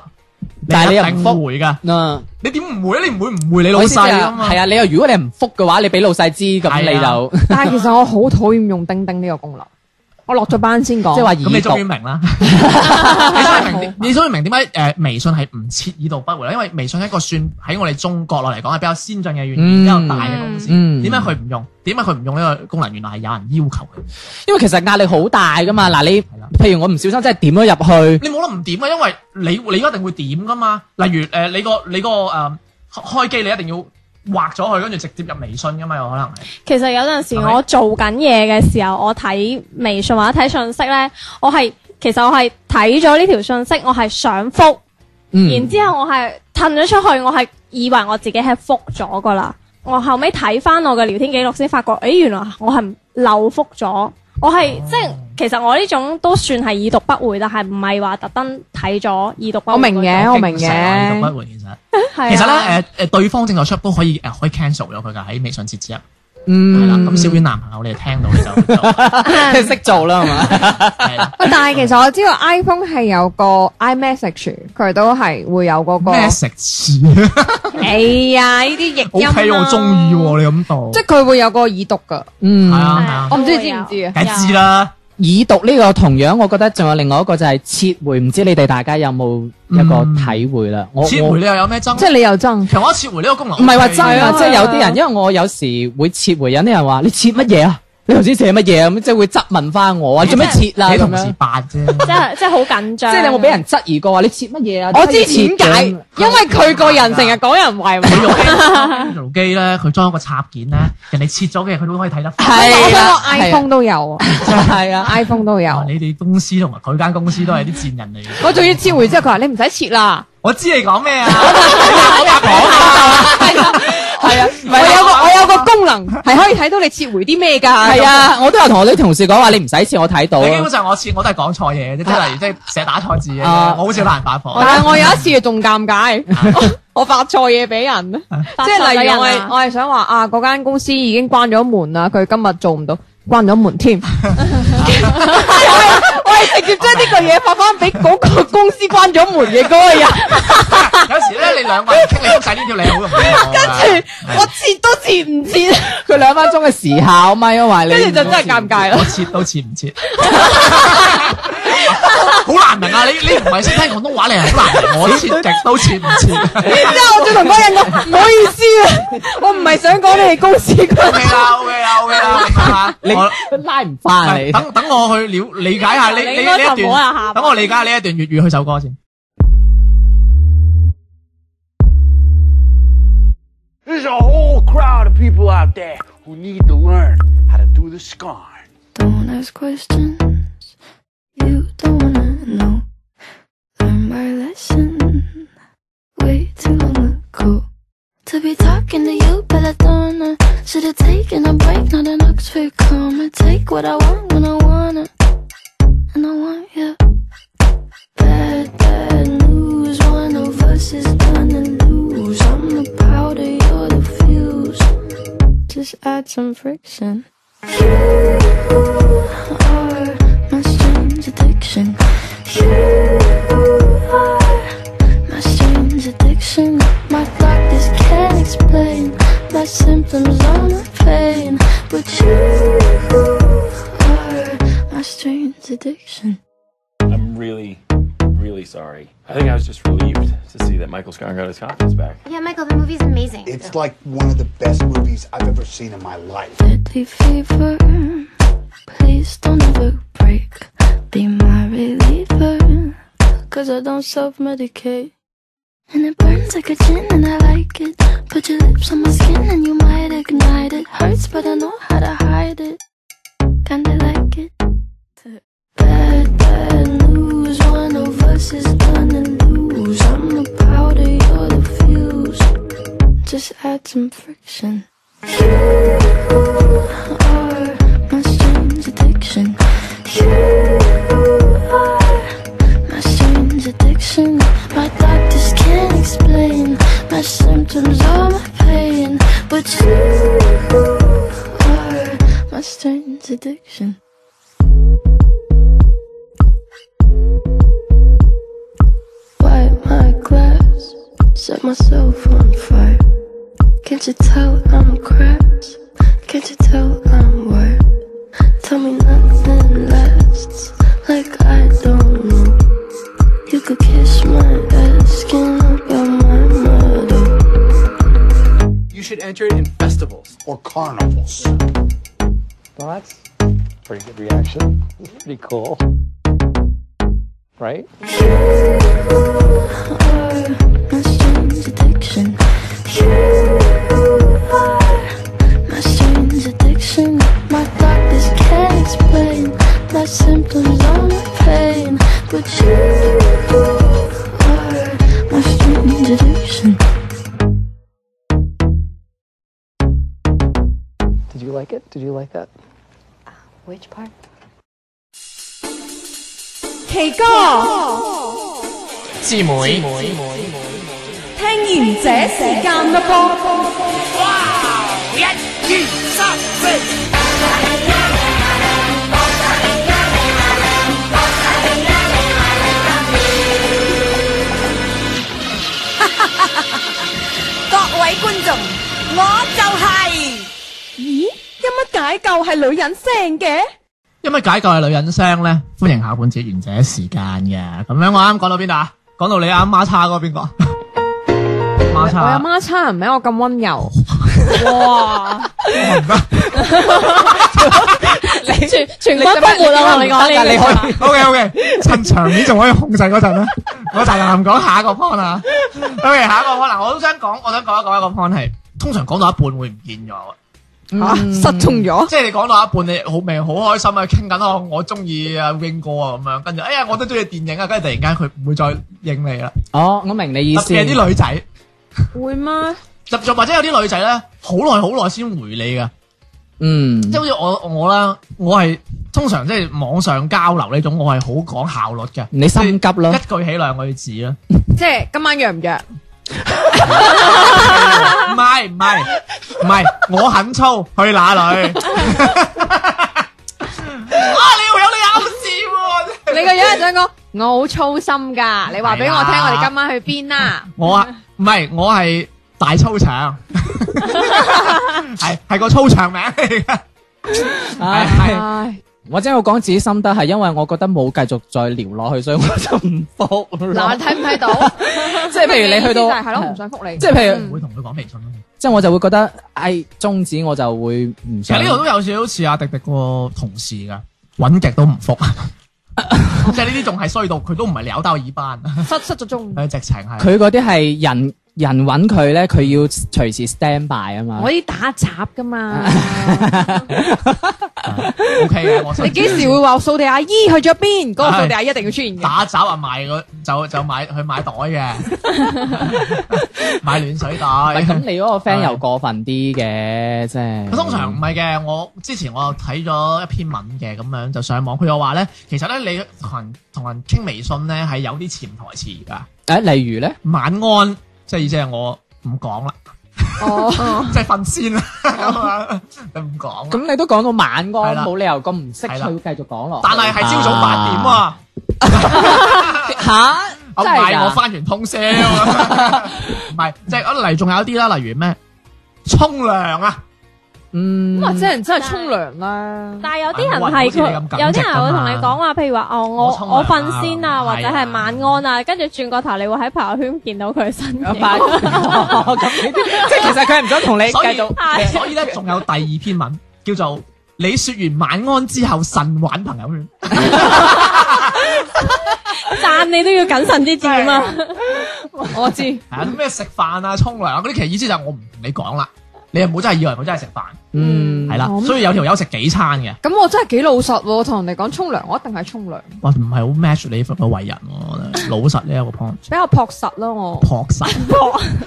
Speaker 6: 但係你又唔
Speaker 4: 一定
Speaker 6: 覆
Speaker 4: 回㗎。
Speaker 6: 嗱，
Speaker 4: 你點唔回咧？你唔會唔回你老
Speaker 6: 我意思即
Speaker 4: 細
Speaker 6: 係
Speaker 4: 㗎嘛？
Speaker 6: 係啊，你又如果你唔覆嘅話，你俾老細知，咁
Speaker 4: 係啊
Speaker 6: 你就
Speaker 2: 但係其實我好討厭用釘釘呢個功能。我落咗班先 (laughs) 講，
Speaker 6: 即係話
Speaker 4: 咁你
Speaker 6: 已讀
Speaker 4: 終於。明啦， (laughs) 你終於明點，你終於明點解誒微信係唔設已讀不回啦？因為微信係一個算喺我哋中國落嚟講係比較先進嘅軟件，
Speaker 6: 嗯
Speaker 4: 比較大嘅公司，
Speaker 6: 嗯嗯
Speaker 4: 點解啊佢唔用？點解佢唔用呢個功能？原來係有人要求嘅，
Speaker 6: 因為其實壓力好大噶嘛。嗱，你
Speaker 4: 啦
Speaker 6: 譬如我唔小心真係點咗入去，
Speaker 4: 你冇得唔點啊！因為你你一定會點噶嘛。例如誒、呃你個你個誒、呃、開機你一定要劃咗佢，跟住直接入微信噶嘛，有可能係。
Speaker 3: 其實有陣時
Speaker 4: 係咪
Speaker 3: 我做緊嘢嘅時候，我睇微信或者睇信息咧，我係其實我係睇咗呢條信息，我係想覆，然
Speaker 6: 嗯，
Speaker 3: 之後我係褪咗出去，我係以為我自己係覆咗噶啦。我後尾睇翻我嘅聊天記錄先發覺，诶，原來我係漏覆咗。我係即係其實我呢種都算係已讀不回，但係唔係話特登睇咗已讀不回。
Speaker 2: 我明嘅，我明
Speaker 4: 經常有已讀
Speaker 2: 嘅，
Speaker 4: 不回其實，
Speaker 3: 係啊，
Speaker 4: 其實咧誒誒對方正在出都可以誒、呃可以 cancel 咗佢㗎喺微信截止入。啊係啦，
Speaker 6: 嗯，
Speaker 4: 咁小丸男朋友你哋聽到你就就
Speaker 6: 即係 (laughs) 識做啦，係
Speaker 4: (laughs)
Speaker 6: 嘛？
Speaker 2: (laughs)
Speaker 4: 係啦。
Speaker 2: 但係其實我知道 iPhone 係有個 iMessage，佢都係會有嗰個。
Speaker 4: 咩食肆
Speaker 2: 哎呀，呢啲譯音啊
Speaker 4: ？O K，我中意喎，你咁讀，
Speaker 2: 即係佢會有個耳讀噶，
Speaker 6: 嗯
Speaker 4: 係啊係啊
Speaker 2: 我唔知你知唔知啊？
Speaker 4: 梗係知啦。
Speaker 6: 已讀呢個同樣，我覺得仲有另外一個就係撤回，唔知你哋大家有冇一個體會啦？我
Speaker 4: 撤
Speaker 6: 我
Speaker 4: 嗯回你又有咩爭？
Speaker 2: 即係你又憎
Speaker 4: 其實我覺得撤回呢個功能
Speaker 6: 唔係話真
Speaker 2: 係
Speaker 6: 啊，
Speaker 2: 啊
Speaker 6: 即係有啲人，因為我有時會撤回，有啲人話你撤乜嘢啊？你頭先寫乜嘢啊？咁即係會質問翻我
Speaker 4: (laughs)
Speaker 6: 啊，做咩撤啦
Speaker 4: 你
Speaker 6: 咁
Speaker 4: 同事
Speaker 6: 樣？
Speaker 4: 扮 (laughs) 啫。
Speaker 3: 即係即係好緊張。
Speaker 6: 即係你有冇俾人質疑過話你撤乜嘢啊？
Speaker 2: 我知點
Speaker 6: 點
Speaker 2: 解，
Speaker 6: 解要撤咁
Speaker 2: 因為佢個人成日講人壞話。
Speaker 4: 佢
Speaker 2: (laughs)
Speaker 4: 用 Android 機咧，佢裝一個插件咧，人哋切咗嘅佢都可以睇得翻。
Speaker 2: 我
Speaker 6: (laughs)
Speaker 2: 想
Speaker 6: 係啦
Speaker 2: 講 iPhone 都有啊
Speaker 6: 係啊，
Speaker 2: ，iPhone 都有。
Speaker 4: 你哋公司同埋佢間公司都係啲賤人嚟嘅。
Speaker 2: 我仲要撤回之後，佢話你唔使撤啦。
Speaker 4: 我知你講咩 (laughs) 啊？
Speaker 6: 係啊，唔
Speaker 2: 我
Speaker 6: 係
Speaker 2: 有個我有個功能係可以睇到你撤回啲咩㗎。
Speaker 6: 係啊，我都有同我啲同事講話，你唔使撤，我睇到
Speaker 4: 你基本
Speaker 6: 啊。
Speaker 4: 上我切我都係講錯嘢嘅啫，即係例如即係寫打錯字嘅啫，
Speaker 6: 啊
Speaker 4: 啊哦我好少難八
Speaker 2: 咁樣，
Speaker 4: 婆。
Speaker 2: 但係我有一次仲尷
Speaker 6: (laughs)
Speaker 2: 尬，我發錯嘢俾人，
Speaker 3: 發
Speaker 2: 即係
Speaker 3: 錯
Speaker 2: 例
Speaker 3: 咗
Speaker 2: 如我
Speaker 3: 人
Speaker 2: 係
Speaker 3: 啊
Speaker 2: 我係想話啊，嗰間公司已經關咗門啦，佢今日做唔到。關咗
Speaker 6: (laughs)
Speaker 2: 門添，我係我係直接將呢個嘢發翻俾嗰個公司關咗門嘅嗰個人。
Speaker 4: 有時咧，你兩個人傾你喐晒呢條你好容易講㗎。 (laughs) 跟
Speaker 2: 我切都切唔切，
Speaker 6: 佢兩分鐘嘅時效咪因為你
Speaker 2: 跟住就真 (laughs) 係尷尬啦
Speaker 4: 我。切都切唔 (laughs) 切，好難明啊！你你唔係識聽廣東話，你係好難明。我切極都切唔切，
Speaker 2: 然之後我再同嗰個人講，唔好意思啊，我唔係想講你哋公司關。
Speaker 4: (laughs) OK 啦，OK 啦，OK (laughs) 啦，明
Speaker 6: 你
Speaker 4: 白啦。我
Speaker 6: 拉唔翻你。
Speaker 4: 等等我去了理解下呢
Speaker 3: 你
Speaker 4: 呢
Speaker 3: 應該
Speaker 4: 呢一
Speaker 3: 就唔好有下
Speaker 4: 段，
Speaker 3: 巴
Speaker 4: 等我理解下呢一段粵語去首歌先。
Speaker 7: There's a whole crowd of people out there who need to learn how to do the scarn.
Speaker 8: Don't ask questions you don't wanna know. Learn my lesson way too long ago. To be talking to you, but I don't know. Should've taken a break, not an Oxford comma. Take what I want when I wanna, and I want you. Bad, bad news. One of us is gonna lose. I'm the powder, you're the fuse. Just add some friction. You are my strange addiction. You are my strange addiction. My doctors can't explain my symptoms on the pain, but you are my strange addiction.
Speaker 9: I'm really,
Speaker 10: really sorry. I think I was just relieved to see that Michael Scott got his confidence back.
Speaker 11: Yeah, Michael, the movie's amazing.
Speaker 9: It's like one of the best movies I've ever seen in my life.
Speaker 8: Deadly fever, please don't ever break. Be my reliever, cause I don't self medicate. And it burns like a gin, and I like it. Put your lips on my skin, and you might ignite it. Hurts, but I know how to hide it. Kinda like it. Bad, bad news. One of us is gonna lose. I'm the powder, you're the fuse. Just add some friction. You are my strange addiction. You are my strange addiction. My doctors can't explain my symptoms or my pain, but you are my strange addiction. Wipe my glass, set myself on fire. Can't you tell I'm cracked? Can't you tell I'm wired? Tell me nothing lasts, like I don't know. You could kiss my ass, skin up your my mother.
Speaker 12: You should enter it in festivals
Speaker 9: or carnivals.
Speaker 13: Well, that's pretty good reaction. That's pretty cool. Right?
Speaker 8: My strange addiction. My strange addiction. My doctors can't explain my symptoms or my pain, but you are my strange addiction.
Speaker 13: Did you like it? Did you like that?
Speaker 11: Which part?
Speaker 6: Kỳ哥，
Speaker 4: 姊妹，
Speaker 6: 聽完這時間啦噃。
Speaker 14: 一、二、三、四。
Speaker 6: 各位觀眾，我就係、咦？有乜解救係女人聲嘅？
Speaker 4: 因為解救係女人聲咧，歡迎下半節賢者時間嘅。咁樣我啱講到邊度啊？講到你啱孖叉嗰個 (laughs) 邊個啊？孖
Speaker 2: 我阿
Speaker 4: 叉，
Speaker 2: 媽差唔俾我咁温柔，哇！
Speaker 3: 你全全
Speaker 2: 你
Speaker 3: 軍
Speaker 2: 使乜
Speaker 3: 覆沒啊！我同你講呢個
Speaker 4: O K O K，趁場面仲可以控制嗰陣啦。我就唔講下一個 point 啦。O K，下一個 point 嗱，我都想講，我想講一講一個 point 係，通常講到一半會唔見咗。
Speaker 2: 嚇失蹤咗，
Speaker 4: 即係你講到一半，你好明好開心啊，傾緊啊，我中意啊 Wing 哥啊咁樣，跟住哎呀我都中意電影啊，跟住突然間佢唔會再應你啦。
Speaker 1: 哦，我明你意
Speaker 4: 特
Speaker 1: 思。
Speaker 4: 別係啲女仔，
Speaker 2: 會嗎？
Speaker 4: 特別或者有啲女仔咧，好耐好耐先回你噶，
Speaker 1: 嗯，
Speaker 4: 即係好似我我啦，我係通常即係網上交流呢種，我係好講效率嘅。
Speaker 1: 你心急咯
Speaker 4: 一句起兩句止啦。
Speaker 2: 即係今晚約唔約？
Speaker 4: 唔係唔係唔係，我很粗，去哪裏？啊！你會有你啱事喎。
Speaker 2: 你個樣係想講我好操心㗎，你話俾我聽，
Speaker 4: 係啊
Speaker 2: 我哋今晚去邊啦？(laughs)
Speaker 4: 我啊，唔係，我係大操場，係係個操場名嚟噶。係係
Speaker 2: 唉，
Speaker 1: 我真係要講自己心得，係因為我覺得冇繼續再聊落去，所以我就唔復
Speaker 2: 嗱，
Speaker 1: 啦。
Speaker 2: 你睇唔睇 (laughs) 到？
Speaker 1: 即係譬如你去到
Speaker 2: 明明意思就係係咯，唔想覆你。
Speaker 1: 即係譬
Speaker 4: 唔
Speaker 1: 如，
Speaker 4: 會同佢講微信咯。
Speaker 1: 即係我就會覺得，唉，終止我就會唔
Speaker 4: 其
Speaker 1: 想
Speaker 4: 實呢。度都有少少似阿迪迪個同事㗎，揾極都唔
Speaker 2: (laughs)
Speaker 4: 復，即係呢啲仲係衰到佢都唔係撩兜耳
Speaker 2: (laughs)
Speaker 4: 班，
Speaker 2: 嗯失失咗蹤。
Speaker 4: 佢直情係。
Speaker 1: 佢嗰啲係人人揾佢咧，佢要隨時 stand by 啊嘛
Speaker 2: 我。啲打雜㗎 (laughs) 嘛，
Speaker 4: O K 嘅，我
Speaker 2: (laughs) 你幾時會話掃地阿姨去咗邊？嗰個
Speaker 4: 唉
Speaker 2: 掃地阿姨一定要出現嘅。
Speaker 4: 打找啊賣個就就買去買袋
Speaker 2: (laughs)
Speaker 4: 嘅， (laughs) 買暖水
Speaker 1: 喂咁
Speaker 4: 袋。
Speaker 1: 你嗰個 friend 又過分啲嘅，即係。
Speaker 4: 通常唔係嘅，我之前我睇咗一篇文嘅，咁樣就上網，佢又話咧，其實咧你同人同人傾微信咧係有啲潛台詞㗎，
Speaker 1: 誒，例如咧，
Speaker 4: 晚安，即係意思係我唔講啦，
Speaker 2: 哦，
Speaker 4: (laughs) 即係瞓先啦，咁啊，你唔講啦，
Speaker 1: 咁你都講到晚安，
Speaker 4: 係啦
Speaker 1: 冇理由咁唔識
Speaker 4: 係
Speaker 1: 趣，
Speaker 4: 啦
Speaker 1: 繼續講落去。
Speaker 4: 但係係朝早八
Speaker 1: (laughs)
Speaker 4: 點啊，
Speaker 1: 吓，
Speaker 4: 我
Speaker 1: 真係
Speaker 4: 買
Speaker 1: 㗎
Speaker 4: 我翻完通宵，哦唔係，即係啊嚟仲有啲啦，例如咩沖涼啊，
Speaker 6: 嗯，
Speaker 2: 咁或者人真係沖
Speaker 4: (laughs)
Speaker 2: 涼啦。
Speaker 3: 但係有啲人
Speaker 2: 唔好
Speaker 3: 係
Speaker 2: 似你
Speaker 3: 佢
Speaker 2: 咁，緊
Speaker 3: 有啲
Speaker 2: 張
Speaker 3: 人
Speaker 2: 啊
Speaker 3: 會同
Speaker 2: 嘛
Speaker 3: 你講話，譬如話哦，我
Speaker 2: 我沖涼啊
Speaker 3: 我瞓先啊，或者
Speaker 2: 係啊
Speaker 3: 係晚安啊，跟住轉個頭，你會喺朋友圈見到
Speaker 2: (laughs)
Speaker 3: 佢嘅身影。
Speaker 4: (laughs)
Speaker 6: 哦咁呢啲即係其實佢係唔想同你繼
Speaker 4: 所以
Speaker 6: 續。
Speaker 2: 啊
Speaker 4: (laughs) 所以咧，仲有第二篇文叫做你說完晚安之後，慎玩朋友圈。
Speaker 3: 讚你都要謹慎啲點啊！
Speaker 2: 我知。
Speaker 4: 係啊，咩食飯啊、沖涼啊嗰啲，其實意思就係我唔同你講啦，你又唔好真係以為我真係食飯。
Speaker 6: 嗯，
Speaker 4: 係啦
Speaker 2: 我，
Speaker 4: 所以有條友食幾餐嘅，
Speaker 2: 咁我真係幾老實喎，同人哋講沖涼，我一定係沖涼，
Speaker 4: 哇，唔係好 match 你份嘅為人喎，我覺得老實呢一個 point。
Speaker 2: 比較樸實咯我。
Speaker 4: 樸
Speaker 2: (laughs)
Speaker 4: 實，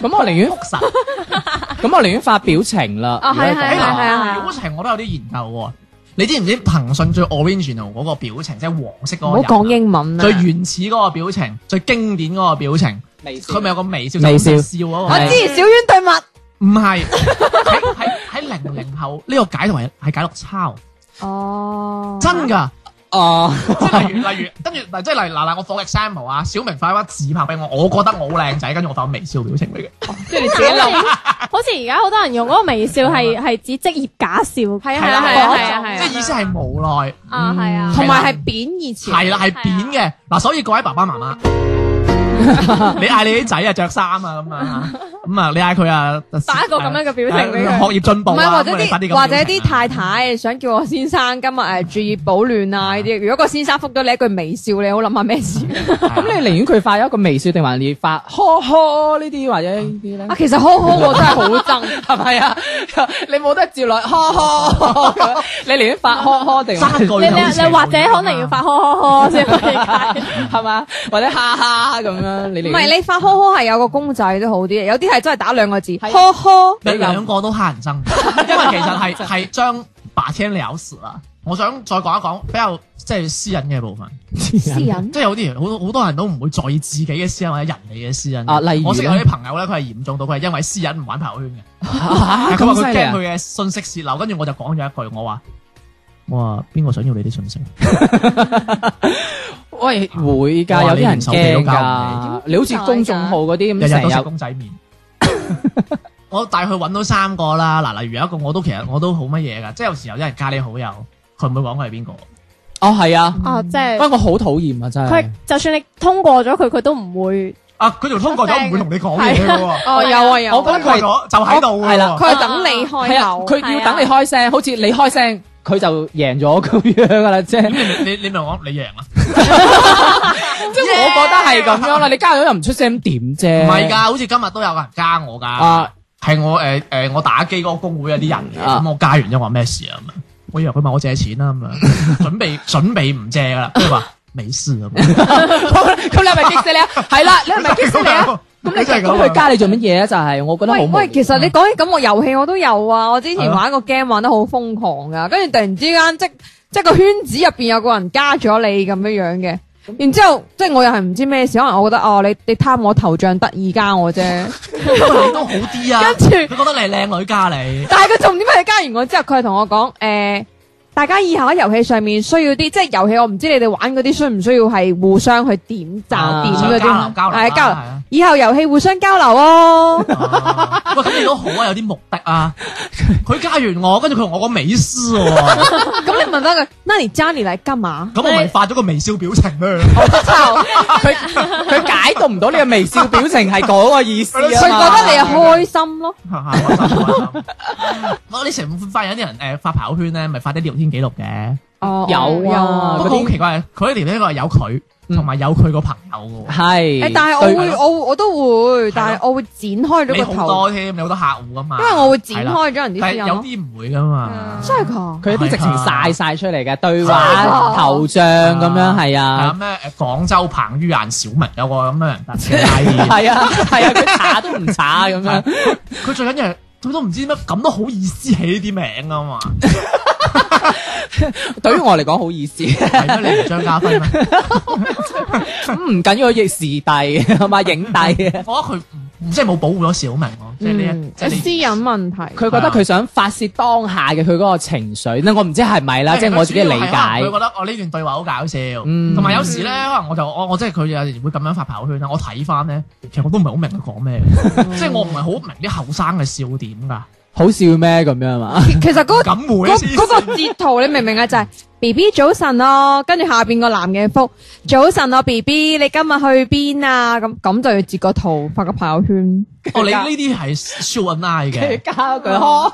Speaker 6: 咁我寧願實，咁我寧願發表情啦。
Speaker 2: 啊係啊係啊係啊係啊
Speaker 4: 哎表情我都有啲研究喎。你知唔知騰訊最 original 嗰個表情，即係黃色
Speaker 2: 唔
Speaker 4: 嗰個
Speaker 2: 好
Speaker 4: 人啊
Speaker 2: 講英文啦
Speaker 4: 最。原始嗰個表情，最經典嗰個表情，佢咪有個微笑，
Speaker 6: 微笑
Speaker 4: 就好似笑嗰個。啊
Speaker 2: 我知小冤對物。
Speaker 4: 唔係 (laughs) 喺喺喺零零後呢個解讀係係解讀抄，
Speaker 2: 哦，
Speaker 4: 真㗎。
Speaker 6: 哦，
Speaker 4: 即係例如例如，跟住嗱，即係例如嗱嗱，我放 example 啊，小明發一張自拍俾我，我覺得我好靚仔，跟住我發個微笑表情俾佢。
Speaker 3: 即係你
Speaker 2: 啊
Speaker 3: 好似而家好多人用嗰個微笑係係指職業假笑，
Speaker 2: 啊係
Speaker 3: 係
Speaker 2: 啊係啊係啊係啊嗯
Speaker 4: 即係意思係無奈，
Speaker 3: 啊係啊，
Speaker 2: (laughs) 同埋係貶義詞。
Speaker 4: 係啦，係扁嘅嗱，所以各位爸爸媽媽，你嗌你啲仔啊着衫啊咁
Speaker 2: (laughs)
Speaker 4: 啊，咁啊你嗌佢啊
Speaker 2: 打一個咁樣嘅表情俾佢
Speaker 4: 學業進步
Speaker 2: 唔係
Speaker 4: 啊，
Speaker 2: 或
Speaker 4: 咁
Speaker 2: 者
Speaker 4: 啊你發啲咁嘅
Speaker 2: 啲或者
Speaker 4: 表情
Speaker 2: 啲太太想叫我先生今日誒注意保暖
Speaker 4: (laughs)
Speaker 2: 啊呢啲，如果個先生覆到你一句微笑，你好諗下咩事
Speaker 4: (laughs)
Speaker 6: 咁你寧願佢發一個微笑，定還是發呵呵呢啲或者呢啲咧
Speaker 2: 啊？？其實呵呵我真
Speaker 4: (laughs)
Speaker 2: 係好憎，
Speaker 6: 係咪啊？你冇得照落呵呵咁樣，你寧願發呵呵
Speaker 4: (laughs)
Speaker 6: 定
Speaker 4: 爭句
Speaker 3: 你你你或者可
Speaker 2: 啊
Speaker 3: 能要發呵呵呵先可以解，
Speaker 2: (laughs)
Speaker 6: 係嘛？或者哈哈咁樣，你寧嗯
Speaker 2: 唔
Speaker 6: 願
Speaker 2: 係你發呵呵係有個公仔都好啲，有啲係真係打兩個字
Speaker 6: 啊
Speaker 2: 呵呵。
Speaker 4: 你兩個都蝦
Speaker 6: (laughs)
Speaker 4: 人憎，因為其實係係將把天了事啦。我想再講一講比較即係私隱嘅部分，
Speaker 6: 嗯
Speaker 2: 私隱
Speaker 4: 即係有啲人好多好多人都唔會在意自己嘅私隱或者人哋嘅私隱。
Speaker 6: 啊例如呢
Speaker 4: 我識有啲朋友咧，佢係嚴重到佢係因為私隱唔玩朋友圈
Speaker 6: (laughs)
Speaker 4: 嘅，
Speaker 6: 啊
Speaker 4: 佢話
Speaker 6: 咁犀
Speaker 4: 佢
Speaker 6: 利
Speaker 4: 驚
Speaker 6: 啊！
Speaker 4: 佢嘅信息泄漏，跟住我就講咗一句，我話我話邊個想要你啲信息？
Speaker 6: (laughs) 喂，會㗎，
Speaker 4: 我話
Speaker 6: 有啲
Speaker 4: 你
Speaker 6: 人
Speaker 4: 連手機都
Speaker 6: 驚
Speaker 4: 交
Speaker 6: 㗎。你好似公眾號嗰啲
Speaker 4: 日
Speaker 6: 咁
Speaker 4: 日都食
Speaker 6: 成
Speaker 4: 公仔面。 (coughs) 我帶佢揾到三個啦，嗱，例如有一個我都其實我都好乜嘢㗎，即係有時有啲人加你好友，佢唔會講佢係邊個。
Speaker 6: 哦係啊，
Speaker 3: 哦即
Speaker 6: 不過
Speaker 3: 係
Speaker 6: 我好討厭啊真係
Speaker 3: 佢。就算你通過咗佢，佢都唔會
Speaker 4: 啊，佢條通過咗唔會同你講嘢㗎喎。
Speaker 2: 哦有啊有
Speaker 6: 我
Speaker 2: 啊，
Speaker 6: 覺得
Speaker 4: 通過
Speaker 6: 佢係
Speaker 4: 咗就喺度㗎喎。
Speaker 6: 係啦
Speaker 2: 佢係等你開
Speaker 6: 係啊，
Speaker 2: 口，
Speaker 6: 佢要等你開聲，好似你開聲佢就贏咗咁樣㗎啦， (laughs) 即係。
Speaker 4: 你你你咪講你贏啊啦，
Speaker 6: 即係我覺得係咁樣啦，你加咗又唔出聲咁點啫？
Speaker 4: 唔係㗎，好似今日都有人加我㗎，
Speaker 6: 啊， (laughs)
Speaker 4: 係我誒誒我打機嗰個公會有啲人嘅，
Speaker 6: 啊
Speaker 4: 咁我加完之後話咩事啊咁樣，我以為佢問我借錢啦咁
Speaker 6: (laughs)
Speaker 4: 樣，準備準備唔借㗎啦，跟住話沒事啊，咁
Speaker 6: 咁你係咪激死你啊？係啦，你係咪激死你啊？
Speaker 4: (laughs)
Speaker 6: 咁你
Speaker 4: 真係
Speaker 6: 咁
Speaker 4: 咁
Speaker 6: 佢加你做乜嘢啊？就係我覺得好
Speaker 2: 喂
Speaker 6: 無
Speaker 2: 喂，
Speaker 6: 聊。
Speaker 2: 其實你講起咁個遊戲我都有啊，我之
Speaker 4: 係
Speaker 2: 前
Speaker 4: 咯
Speaker 2: 玩個 game 玩得好瘋狂噶，跟住突然之間即即個圈子入邊有個人加咗你咁樣樣嘅，然之後即我又係唔知咩事，可能我覺得哦你你貪我頭像得意加我啫，
Speaker 6: (laughs)
Speaker 4: 你都好啲啊，
Speaker 2: 跟住
Speaker 4: 佢覺得你係靚女加你，
Speaker 2: 但係佢重點係加完我之後，佢係同我講誒。大家以後喺遊戲上面需要啲，即係遊戲我唔知你哋玩嗰啲需唔需要係互相去點贊
Speaker 6: 啊
Speaker 2: 點嗰
Speaker 4: 交流
Speaker 2: 啲，
Speaker 4: 交流啦
Speaker 2: 係交流
Speaker 4: 係啊。
Speaker 2: 以後遊戲互相交流哦。
Speaker 4: 哦喂咁你都好啊，有啲目的啊，佢加完我，跟住佢同我講美斯喎，
Speaker 2: 咁你問翻佢，那你加你嚟幹嘛？
Speaker 4: 咁我咪發咗個微笑表情俾佢。
Speaker 6: 佢佢解讀唔到你嘅微笑表情係嗰個意思
Speaker 2: 佢覺
Speaker 6: 啊
Speaker 4: (laughs)
Speaker 6: 嘛
Speaker 2: 得你係開心咯。
Speaker 4: 啊我你成日發現有啲人誒發朋友圈咧，咪發啲聊天記錄嘅。
Speaker 2: 哦
Speaker 6: 有啊
Speaker 4: 不過好奇怪，佢一條呢個係有佢同埋有佢個朋友嘅喎。
Speaker 6: 係
Speaker 2: 誒，但係
Speaker 6: 對
Speaker 2: 我會，我會我都會，但係我會剪開
Speaker 4: 你
Speaker 2: 咗
Speaker 4: 好
Speaker 2: 個頭，
Speaker 4: 多添，你好多客戶噶嘛。
Speaker 2: 因為我會剪
Speaker 4: 係啦
Speaker 2: 開咗人啲啊私
Speaker 4: 但係
Speaker 2: 隱
Speaker 4: 有
Speaker 2: 咯。
Speaker 4: 啲唔會噶嘛。
Speaker 2: 真係㗎？
Speaker 6: 佢有啲直情晒晒出嚟嘅對
Speaker 4: 啊係
Speaker 6: 話
Speaker 2: 啊
Speaker 6: 頭像嗯咁樣係
Speaker 4: 係啊
Speaker 6: 啊。
Speaker 4: 咩誒廣州彭于晏、小明有個咁嘅人，但係佢
Speaker 6: 係啊，係啊，佢查都唔查
Speaker 4: (laughs)
Speaker 6: 咁樣，
Speaker 4: 佢最緊要係佢都唔知乜咁都好意思起呢啲名啊嘛。
Speaker 6: 對於我嚟講好意思， (laughs)
Speaker 4: 係咩？你唔張家輝咩？
Speaker 6: 唔緊要，亦視帝係嘛，影帝。
Speaker 4: 我覺得佢唔唔即係冇保護咗小明咯，即係呢
Speaker 2: 嗯
Speaker 4: 一即係呢
Speaker 2: 私隱問題。
Speaker 6: 佢覺得佢想發泄當下嘅佢嗰個情緒，咧我唔知係咪啦，啊即係我自己理解
Speaker 4: 啊佢。覺得哦我呢段對話好搞笑，
Speaker 6: 嗯
Speaker 4: 同埋有時咧，可能我就我我即係佢有時會咁樣發朋友圈啦。我
Speaker 6: 嗯
Speaker 4: 睇翻咧，其實我都唔係好明佢講咩嘅，即係我唔係好明啲後生嘅笑點㗎。
Speaker 1: 好笑咩咁樣啊嘛？
Speaker 2: 其實嗰
Speaker 4: 咁啊
Speaker 2: 嗰嗰個截圖你明唔明啊？就係 B B 早晨咯，跟住下邊個男嘅覆早晨咯 B B，你今日去邊啊？咁咁就要截個圖發個朋友
Speaker 3: (laughs)
Speaker 2: 圈。
Speaker 4: 哦，你呢啲係 show and I 嘅。
Speaker 1: 加一句
Speaker 2: 哦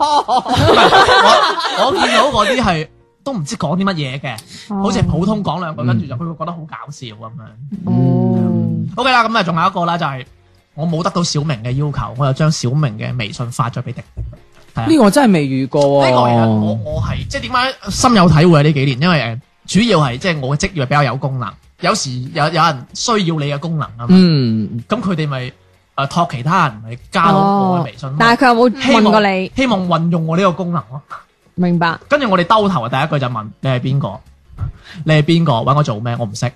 Speaker 4: 我我見到嗰啲係 (laughs) 都唔知講啲乜嘢嘅，
Speaker 1: 哦
Speaker 4: 好似係普通講兩句，跟住就佢會覺得好搞笑咁樣。o k 啦，咁啊，仲有一個啦，就係我冇得到小明嘅要求，我就將小明嘅微信發咗俾迪迪。係啊
Speaker 1: 呢個我真係未遇過
Speaker 4: 呢個其實哎我
Speaker 1: 喎。
Speaker 4: 我係即係點解深有體會啊呢幾年，因為誒主要係即係我嘅職業係比較有功能，有時有有人需要你嘅功能啊嘛，
Speaker 1: 嗯，
Speaker 4: 咁佢哋咪誒託其他人咪加到我嘅微信咯
Speaker 2: 哦，但係佢有
Speaker 4: 希望
Speaker 2: 冇問過你？
Speaker 4: 希望運用我呢個功能咯。
Speaker 2: 明白。
Speaker 4: 跟住我哋兜頭啊第一句就問你係邊個？你係邊個？揾我做咩？我唔識。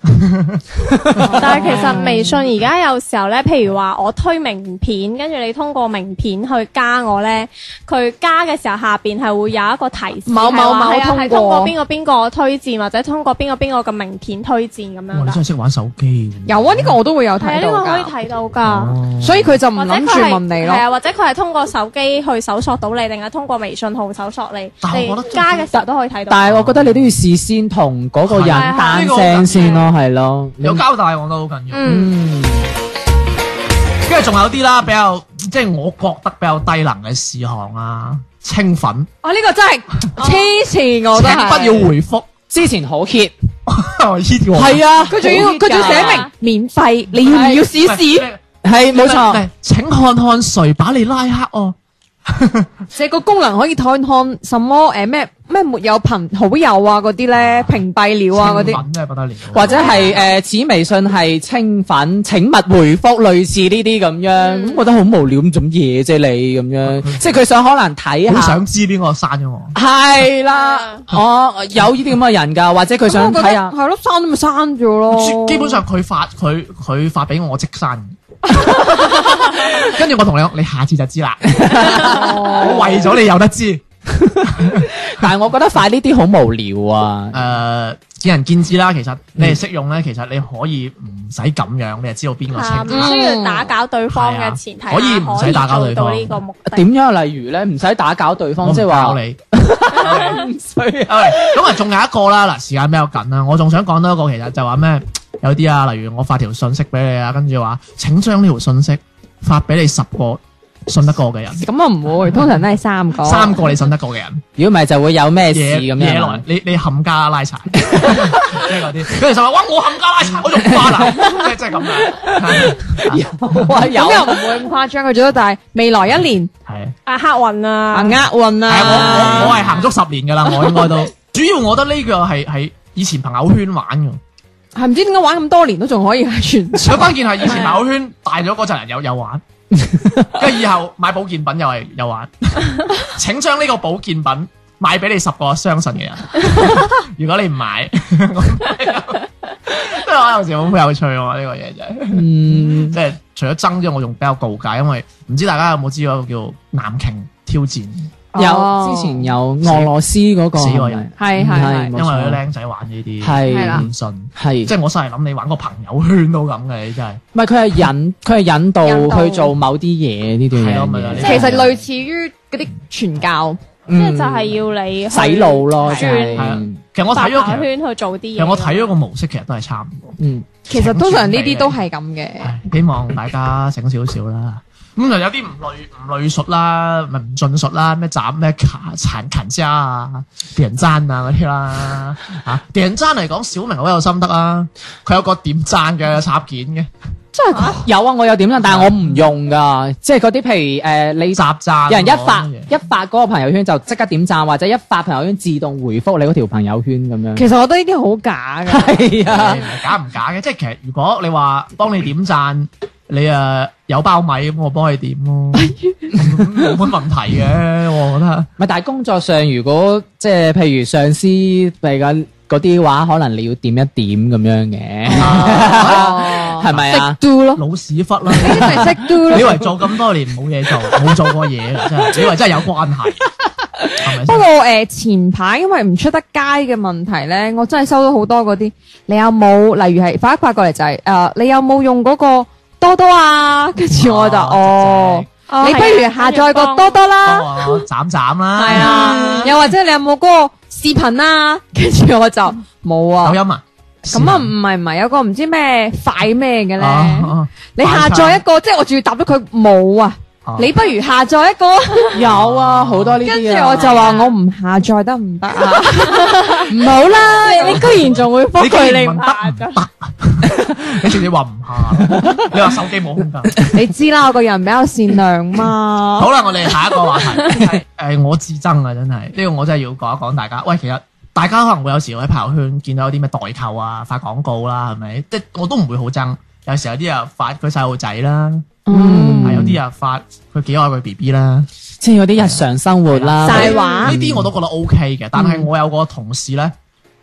Speaker 3: 但係其實微信而家有時候咧，譬如話我推名片，跟住你通過名片去加我咧，佢加嘅時候下邊係會有一個提示，
Speaker 2: 某某某
Speaker 3: 係話係啊係
Speaker 2: 通過
Speaker 3: 通過邊個邊個推薦，或者通過邊個邊個嘅名片推薦咁樣
Speaker 4: 哇！你
Speaker 3: 㗎。
Speaker 4: 真係識玩手機。
Speaker 2: 有啊，呢個我都會有
Speaker 3: 係啊，
Speaker 2: 睇
Speaker 3: 呢
Speaker 2: 到
Speaker 3: 個可以
Speaker 2: 㗎，
Speaker 3: 睇到㗎。
Speaker 2: 所以佢就唔
Speaker 3: 或者
Speaker 2: 諗
Speaker 3: 佢
Speaker 2: 住
Speaker 3: 係
Speaker 2: 問你
Speaker 3: 係啊，
Speaker 2: 咯。
Speaker 3: 或者佢係通過手機去搜索到你，定係通過微信號搜索你？
Speaker 1: 但
Speaker 3: 你
Speaker 1: 我覺得
Speaker 3: 加嘅時候都可以睇到。
Speaker 1: 但係我覺得你都要事先同嗰個人
Speaker 3: 係係
Speaker 1: 單
Speaker 3: 呢
Speaker 4: 個好緊要
Speaker 1: 聲先咯，係咯。你
Speaker 4: 啊有交代我都好緊要。
Speaker 1: 嗯，
Speaker 4: 跟住仲有啲啦，比較即係我覺得比較低能嘅事項啦，清粉。
Speaker 2: 哦，呢個真係黐線，我覺
Speaker 4: 請
Speaker 2: 得
Speaker 4: 不
Speaker 2: 係
Speaker 4: 要回覆。 (laughs)
Speaker 1: 之前好 hit，
Speaker 4: 係
Speaker 1: 係啊，
Speaker 2: 佢仲要佢仲要
Speaker 3: 啊
Speaker 2: 寫明免費，你要唔要試試？
Speaker 1: 係冇
Speaker 4: 唔
Speaker 1: 錯
Speaker 4: 係。請看看誰把你拉黑哦。
Speaker 2: 即係個功能可以看看什麼誒咩咩沒有朋好友啊嗰啲咧，屏蔽了啊嗰
Speaker 4: 清
Speaker 2: 啲。
Speaker 4: 粉真係不得了。
Speaker 1: 或者係誒，此微信係清粉，請勿回覆，類似呢啲咁樣，咁覺得好無聊咁做乜嘢啫你咁樣，即係佢想可能睇
Speaker 4: 好
Speaker 1: 下
Speaker 4: 想，知邊個刪咗我。
Speaker 1: 係啦，我有呢啲咁嘅人㗎，或者佢想
Speaker 2: 咁我覺
Speaker 1: 睇
Speaker 2: 得
Speaker 1: 下，
Speaker 2: 係咯，刪咗咪刪咗咯。
Speaker 4: 基本上佢發佢佢發俾我，我即刪。跟住我同你講，你下次就知啦。我為咗你有得知，誒、
Speaker 1: 但係我覺得快呢啲好無聊啊，
Speaker 4: 呃見仁見智啦。其實你係識用咧，其實你可以唔使咁樣，你就知道邊個
Speaker 3: 係啊
Speaker 4: 清
Speaker 3: 唔
Speaker 4: 楚。
Speaker 3: 需要打攪對方嘅前提下，
Speaker 4: 嗯可以唔使打攪對方
Speaker 3: 可以做到呢個目的。
Speaker 1: 點樣啊例如咧，唔使打攪對
Speaker 4: 我
Speaker 1: 方，
Speaker 4: 唔
Speaker 1: 即係
Speaker 4: 教
Speaker 1: 話
Speaker 4: 你。OK，咁啊，仲有一個啦，嗱，時間比較緊啦，我仲想講多一個，其實就話咩，有啲啊，例如我發條信息俾你啊，跟住話請將呢條信息發俾你十個信得過嘅人，
Speaker 2: 咁啊唔會，通常都係三個。
Speaker 4: 三個你信得過嘅人，
Speaker 1: 如果唔係就會有咩事
Speaker 4: 嘢
Speaker 1: 咁樣
Speaker 4: 嘢來
Speaker 1: 啊。，
Speaker 4: 你你冚家拉
Speaker 1: (laughs)
Speaker 4: 柴，即係嗰啲，跟住就話哇，我冚家拉柴，我仲唔翻啊，即係即係咁樣，
Speaker 1: 哇
Speaker 2: 咁又唔會咁誇張，佢最多就係未來一年
Speaker 4: 係。
Speaker 3: 啊黑雲
Speaker 2: 啊厄，
Speaker 3: 啊
Speaker 6: 呃
Speaker 2: 運
Speaker 4: 係我我我
Speaker 2: 啊，
Speaker 4: 係行足十年
Speaker 1: (laughs)
Speaker 4: 噶啦，我應該都。主要我覺得呢個係係以前朋友圈玩
Speaker 1: (laughs)
Speaker 4: 嘅，
Speaker 2: 係唔知點解玩咁多年都仲可以係完
Speaker 4: 所以關鍵係以前朋友圈大咗嗰陣人有有玩，跟住以後買保健品又係
Speaker 1: (laughs)
Speaker 4: 有玩。請將呢個保健品買俾你十個相信嘅人，如果你唔買， (laughs) 即係我有時好有趣喎呢個嘢就係，
Speaker 1: 嗯，
Speaker 4: 即係除咗爭之外，我仲比較告解，因為唔知大家有冇知道一個叫南瓊挑戰，
Speaker 2: 哦
Speaker 1: 有之前有俄羅斯嗰個
Speaker 4: 死死
Speaker 1: 係咪
Speaker 4: 過人
Speaker 2: 係係係
Speaker 1: 冇
Speaker 4: 因為
Speaker 1: 錯
Speaker 4: 啲僆仔玩呢啲，
Speaker 2: 係啦
Speaker 1: 係
Speaker 4: 唔信。
Speaker 1: 係
Speaker 4: 即係我真係諗你玩個朋友圈都咁嘅，你真係
Speaker 1: 唔係佢係引佢係引
Speaker 2: 引
Speaker 1: 導
Speaker 2: 導
Speaker 1: 去做某啲嘢呢
Speaker 4: 係咯咪
Speaker 1: 段嘢
Speaker 4: 就係呢
Speaker 1: 嘢，
Speaker 2: 其實類似於嗰啲傳教，
Speaker 3: 即係
Speaker 1: 嗯
Speaker 3: 就係要你去
Speaker 1: 洗腦咯，就
Speaker 3: 轉
Speaker 1: 係
Speaker 4: 係啊其實我睇
Speaker 3: 朋友
Speaker 4: 咗，其實
Speaker 3: 圈去做啲嘢。
Speaker 4: 其實我睇咗個模式，其實都係差唔多。
Speaker 1: 嗯
Speaker 2: 其實通常呢啲都係咁嘅。
Speaker 4: 唉希望大家醒少少啦。咁就有啲唔類唔類述啦，咪唔盡述啦，咩斬咩卡殘勤渣啊、點贊啊嗰啲
Speaker 1: (laughs)
Speaker 4: 啦嚇。點贊嚟講，小明好有心得啊，佢有個點贊嘅插件嘅
Speaker 2: 真係
Speaker 1: 有啊，我有點啦，但係我唔用㗎，即係嗰啲譬如誒你
Speaker 4: 雜贊。
Speaker 1: 有人一發一發嗰個朋友圈就即刻點讚，或者一發朋友圈自動回覆你嗰條朋友圈咁樣。
Speaker 2: 其實我覺得呢啲好
Speaker 1: (laughs)
Speaker 2: 假㗎。
Speaker 1: 係
Speaker 2: (laughs)
Speaker 1: 啊，
Speaker 4: 假唔假嘅，即係其實如果你話幫你點贊，你誒有包米咁，我幫你點咯，冇乜問題嘅，我覺
Speaker 2: (laughs)
Speaker 4: 得。
Speaker 1: 咪但係工作上如果即係譬如上司嚟緊嗰啲話，可能你要點一點咁樣嘅，係咪啊？
Speaker 2: 識 do
Speaker 4: (laughs)
Speaker 2: 咯，
Speaker 4: 老屎忽啦！
Speaker 2: 呢啲就係識 do
Speaker 4: 你以為
Speaker 2: 咯。
Speaker 4: 做咁多年冇嘢做，冇做過嘢嘅真係，你以為真係有關係，係咪
Speaker 2: 不
Speaker 4: 先？
Speaker 2: 過誒前排因為唔出得街嘅問題咧，我真係收到好多嗰啲，你有冇例如係呃發一發過嚟就係誒，你有冇用嗰個多多啊？跟住我就
Speaker 4: 哦
Speaker 2: 哦，
Speaker 3: 哦
Speaker 2: 你不
Speaker 3: 係
Speaker 2: 如
Speaker 3: 啊
Speaker 2: 下載個多多啦，
Speaker 4: 幫我斬斬啦，
Speaker 2: 係啊，
Speaker 4: (laughs)
Speaker 2: 又或者你有冇嗰個視頻啊？跟住我就冇啊。
Speaker 4: 抖音啊，
Speaker 2: 咁啊，唔係唔係，有個唔知咩快咩嘅咧，
Speaker 4: 哦，
Speaker 2: 你下載一個，即係我仲要答咗佢冇啊
Speaker 4: 哦。
Speaker 2: 你不如下載一個，
Speaker 1: 有啊，好多呢啲
Speaker 2: 跟住我就話我唔下載得唔 (laughs) 得啊？唔好啦，你居然仲會覆
Speaker 4: 你居
Speaker 2: 佢，
Speaker 4: 然
Speaker 2: 你
Speaker 4: 問
Speaker 2: 唔下 (laughs) 載。
Speaker 4: 你直接話唔下啦，你話手機冇空間。
Speaker 2: 你知啦，我個人比較善良嘛。
Speaker 4: 好啦，我哋下一個話題係誒我至憎啊，真係呢個我真係要講一講大家。喂，其實大家可能會有時會喺朋友圈見到有啲咩代購啊、發廣告啦，係咪？即係我都唔會好憎。有時有啲人發佢細路仔啦，
Speaker 1: 嗯
Speaker 4: 係有啲人發佢幾愛佢 B B 啦，
Speaker 1: 即係有啲日常生活啦，
Speaker 2: 晒
Speaker 1: 係啊
Speaker 2: 畫
Speaker 4: 呢啲我都覺得 O K 嘅。但係我有個同事咧，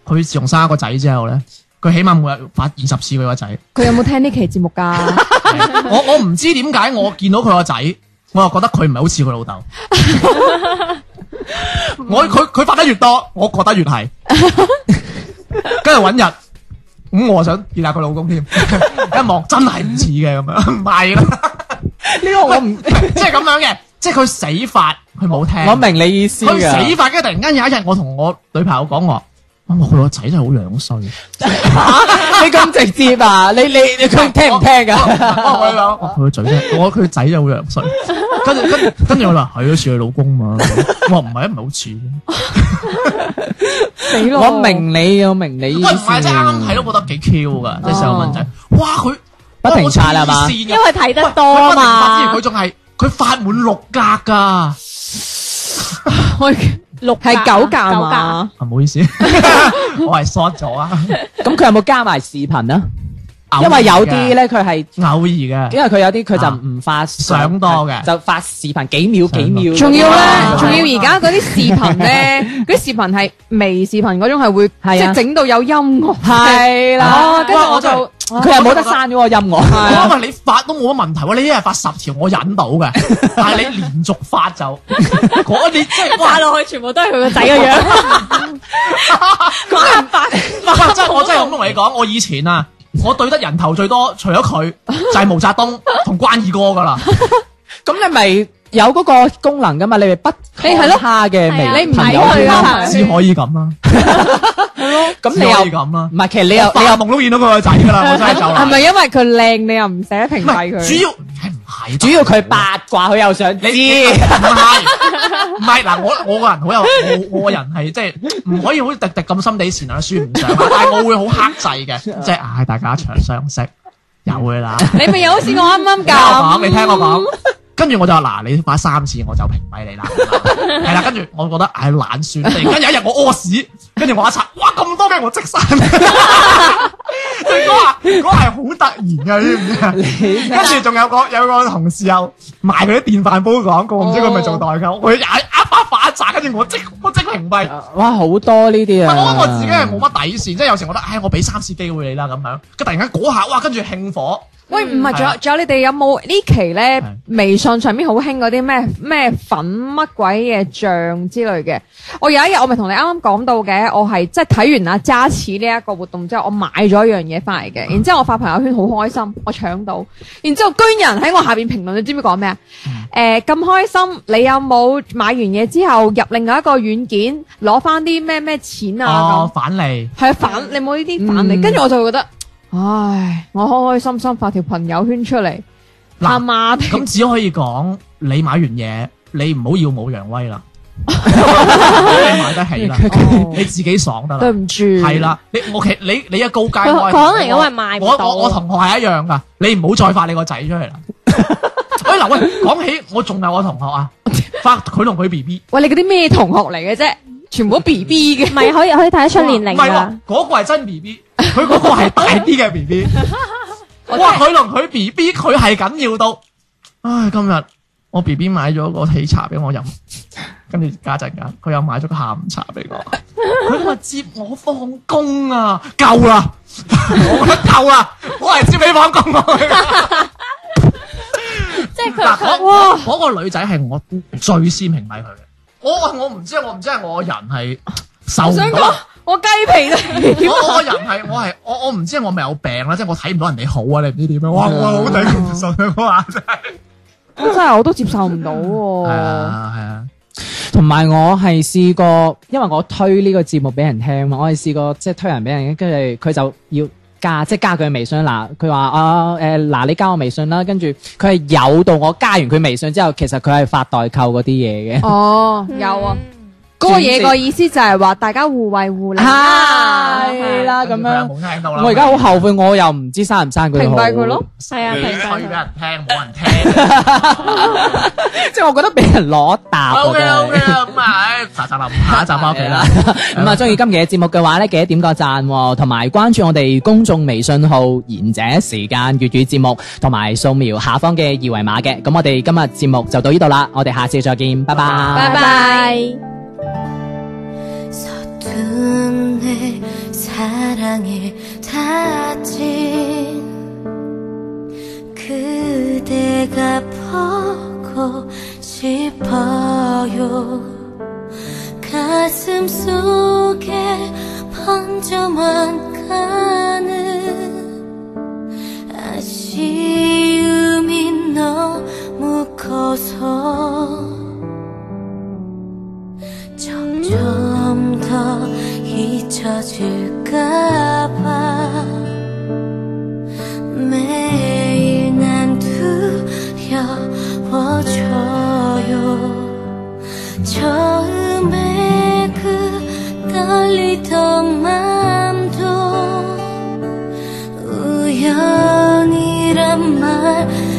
Speaker 4: 佢自從生咗個仔之後咧，佢起碼每日發二十次佢個仔。
Speaker 2: 佢有冇聽呢期節目 (laughs) 噶？
Speaker 4: (laughs) 我我唔知點解我見到佢個仔，我又覺得佢唔係好似佢老豆。我佢佢發得越多，我覺得越係。跟住揾日，咁、我想見下佢老公添， (laughs) 一望真係唔似嘅咁樣， (laughs) 唔係啦。呢個我唔即係咁樣嘅，即係佢死法，佢冇聽。
Speaker 1: 我明你意思
Speaker 4: 佢
Speaker 1: 㗎
Speaker 4: 死法，跟住突然間有一日，我同我女朋友講我，哇我佢個仔真係好樣衰。
Speaker 1: 你咁直接啊？你你你佢聽唔聽噶？
Speaker 4: 我我講，我佢個嘴啫，我佢仔就好樣衰。跟住跟跟住我話係好似佢老公嘛，我話唔係唔係好似。
Speaker 2: 死咯！
Speaker 1: 我明你，我明你
Speaker 4: 喂，
Speaker 1: 意
Speaker 4: 唔
Speaker 1: 思啊。
Speaker 4: 係真係啱啱睇都覺得幾 Q 噶，即係細個蚊仔，哇佢
Speaker 1: 不停刷啦係嘛
Speaker 4: 因
Speaker 3: 因為睇得多啊嘛
Speaker 4: 佢仲係佢發滿六格㗎，
Speaker 2: 六係
Speaker 3: 格啊
Speaker 2: 九格啊
Speaker 3: 九格
Speaker 2: 嘛？
Speaker 4: 唔好意思， (laughs) 我係 short 咗啊，
Speaker 1: 咁佢有冇加埋視頻啊？因為有啲咧，佢係
Speaker 4: 偶爾嘅，
Speaker 1: 因為佢有啲佢就唔發
Speaker 4: 相多嘅
Speaker 1: 就發視頻幾秒幾秒。
Speaker 2: 仲要
Speaker 1: 哇
Speaker 2: 咧，仲要而家嗰啲視頻 (laughs) 咧，嗰啲視頻係微視頻嗰種係會，
Speaker 1: 啊
Speaker 2: 即係整到有音樂。
Speaker 1: 係啦
Speaker 2: 哦，跟住
Speaker 4: 哇
Speaker 2: 我
Speaker 4: 我真係
Speaker 2: 就
Speaker 1: 佢又冇得刪咗個音樂。
Speaker 4: 我話你發都冇乜問題喎，你一日發十條我忍到嘅，但係你連續發就嗰你即係哇
Speaker 3: 打。落去全部都係佢個仔嘅 (laughs) 樣，
Speaker 4: (laughs) 哇！真係我真係咁同你講，我以前啊，我對得人頭最多，除咗佢就係毛澤東同關二哥噶啦。
Speaker 1: 咁你咪有嗰個功能噶嘛？你咪不
Speaker 2: 你係咯
Speaker 1: 他嘅
Speaker 3: 係啊
Speaker 1: 微
Speaker 2: 你唔
Speaker 1: 朋
Speaker 2: 睇
Speaker 1: 友
Speaker 2: 佢
Speaker 1: 圈
Speaker 2: 啊
Speaker 4: 只可以咁啦，
Speaker 1: 咁
Speaker 4: 只
Speaker 1: 你
Speaker 4: 可以
Speaker 1: 又
Speaker 4: 咁啦
Speaker 1: 唔。係，其實你又
Speaker 4: 發夢都見到佢個仔噶 (laughs) 啦，我真係就
Speaker 2: 係
Speaker 4: 啦。
Speaker 2: 咪因為佢靚，你又唔捨得評
Speaker 4: 唔
Speaker 2: 價
Speaker 4: 係
Speaker 2: 佢？
Speaker 4: 主要係唔係？
Speaker 1: 主要佢八卦，佢又想知。
Speaker 4: 你你唔係唔係嗱，我我個人好有我我個人係即係唔可以好似迪迪咁心地善良，輸唔上，但係我會好克制嘅，即係唉大家長相識有嘅啦。
Speaker 2: 你咪又好似我啱啱
Speaker 4: 聽我講，
Speaker 2: 咁，
Speaker 4: 你聽我講。跟住我就話嗱，你發三次我就屏
Speaker 2: (laughs)
Speaker 4: 蔽你啦，係啦。跟住我覺得唉懶算，突然間有一日我屙屎，跟住我一刷，哇咁多嘅我積晒。佢嗰下嗰下係好突然嘅，知唔知啊？跟住仲有個有個同事又賣嗰啲電飯煲廣告，
Speaker 2: 哦
Speaker 4: 唔知佢係咪做代購，佢又係一把發一扎，跟住我即我即屏蔽。
Speaker 2: 啊
Speaker 1: 哇，好多呢啲
Speaker 4: 唔係
Speaker 1: 啊！
Speaker 4: 我覺得我自己係冇乜底線，即係有時我覺得，唉，我俾三次機會你啦咁樣，佢突然間嗰下，哇，跟住興火。
Speaker 2: 喂，唔係，
Speaker 4: 係
Speaker 2: 仲有
Speaker 4: 啊
Speaker 2: 仲有，你哋有冇呢期咧
Speaker 4: 係？
Speaker 2: 微信上面好興嗰啲咩咩粉乜鬼嘢醬之類嘅。我有一日我咪同你啱啱講到嘅，我係即係睇完阿揸齒呢一個活動之後，我買咗一樣嘢翻嚟
Speaker 4: 嗯
Speaker 2: 嘅。然之後我發朋友圈好開心，我搶到。然之後居然有人喺我下邊評論，你知唔知講咩啊？
Speaker 4: 嗯
Speaker 2: 誒咁、開心，你有冇買完嘢之後入另外一個軟件攞翻啲咩咩錢啊咁？
Speaker 4: 哦，反例。
Speaker 2: 係啊，反你冇呢啲反你，
Speaker 1: 嗯
Speaker 2: 跟住我就會覺得，唉，我開開心心發條朋友圈出嚟，
Speaker 4: 嗱
Speaker 2: 阿媽 (laughs) 的
Speaker 4: 咁啊只可以講你買完嘢，你唔好要冇揚威啦，你買得起啦，
Speaker 2: 哦
Speaker 4: 你自己爽得
Speaker 2: 對
Speaker 4: 啦，
Speaker 2: 唔住，
Speaker 4: 係，啦，你我其你你一高階
Speaker 3: 佢
Speaker 4: 我係
Speaker 3: 講嚟因為賣唔
Speaker 4: 我
Speaker 3: 到
Speaker 4: 我我同學係一樣噶，你唔好再發你個仔出嚟啦。
Speaker 3: (laughs)
Speaker 4: 喂嗱喂，講起我仲有個同學啊，
Speaker 3: (laughs)
Speaker 4: 發佢同佢 B B，
Speaker 2: 喂，你嗰啲咩同學嚟嘅啫，全
Speaker 4: 嗯
Speaker 2: 部 B B 嘅
Speaker 4: (laughs)
Speaker 3: 唔，係可以可以睇得出年
Speaker 4: 唔
Speaker 2: 啊
Speaker 3: 齡
Speaker 4: 係
Speaker 3: 㗎
Speaker 4: 喎，。嗰個係真
Speaker 2: (laughs)
Speaker 4: B B，佢嗰個係大啲嘅 B B。哇！佢同佢 B B，佢係緊要到，唉！今日我 B B 買咗個喜茶俾我飲，跟住家陣間佢又買咗個下午茶俾我。佢今日接我放工啊，夠啦！我覺得夠啦，我係接你放工我去。
Speaker 3: 即係
Speaker 4: 嗱，
Speaker 3: 佢佢
Speaker 4: 嗰嗰個女仔係我最先屏蔽佢嘅。我我唔知，我唔知係我人係受
Speaker 2: 我
Speaker 4: 唔
Speaker 2: 想
Speaker 4: 到
Speaker 2: 講。我雞皮都起
Speaker 4: 我我個人係我係我我唔知
Speaker 1: 嗯
Speaker 4: 我咪有病啦，即係我睇唔到人哋好啊，你唔知點樣，哇！我好頂唔順啊，嗰下真係。
Speaker 2: 真係我都接受唔到
Speaker 1: 哦
Speaker 2: 喎。
Speaker 4: 啊，系啊，
Speaker 1: 同埋我係試過，因為我推呢個節目俾人聽嘛，我係試過即係推人俾人，跟住佢就要加，即係加佢微信嗱，佢話啊誒嗱、你加我微信啦，跟住佢係有到我加完佢微信之後，其實佢係發代購嗰啲嘢嘅。
Speaker 2: 哦，有啊，嗰個嘢個意思就係話大家互惠互利
Speaker 4: 啊
Speaker 2: 啦，
Speaker 1: 係啦啊咁樣
Speaker 4: 冇聽到啦。
Speaker 1: 我而家好後悔，我又唔知刪唔刪佢。
Speaker 2: 屏蔽佢咯，
Speaker 3: 係啊，
Speaker 4: 你
Speaker 3: 平
Speaker 4: 推俾
Speaker 3: 時
Speaker 4: 人聽，冇人聽。
Speaker 1: (laughs) 即係我覺得俾人攞答。
Speaker 4: O
Speaker 1: 我
Speaker 4: K
Speaker 1: 覺
Speaker 4: O
Speaker 1: 得
Speaker 4: K 啦，咁啊，唉喳喳林，下一集翻屋企啦。
Speaker 1: 咁啊，中啊意今期嘅節目嘅話咧，記得點個讚喎，同埋關注我哋公眾微信號《賢者時間粵語節目》，同埋掃描下方嘅二維碼嘅。咁我哋今日節目就到呢度啦，我哋下次再見，拜拜。
Speaker 2: 拜拜。
Speaker 11: 서툰 내 사랑에 닿진 그대가 보고 싶어요 가슴 속에 번져만 가는 아쉬움이 너무 커서 점점 더 잊혀질까봐 매일 난 두려워져요 처음에 그 떨리던 맘도 우연이란 말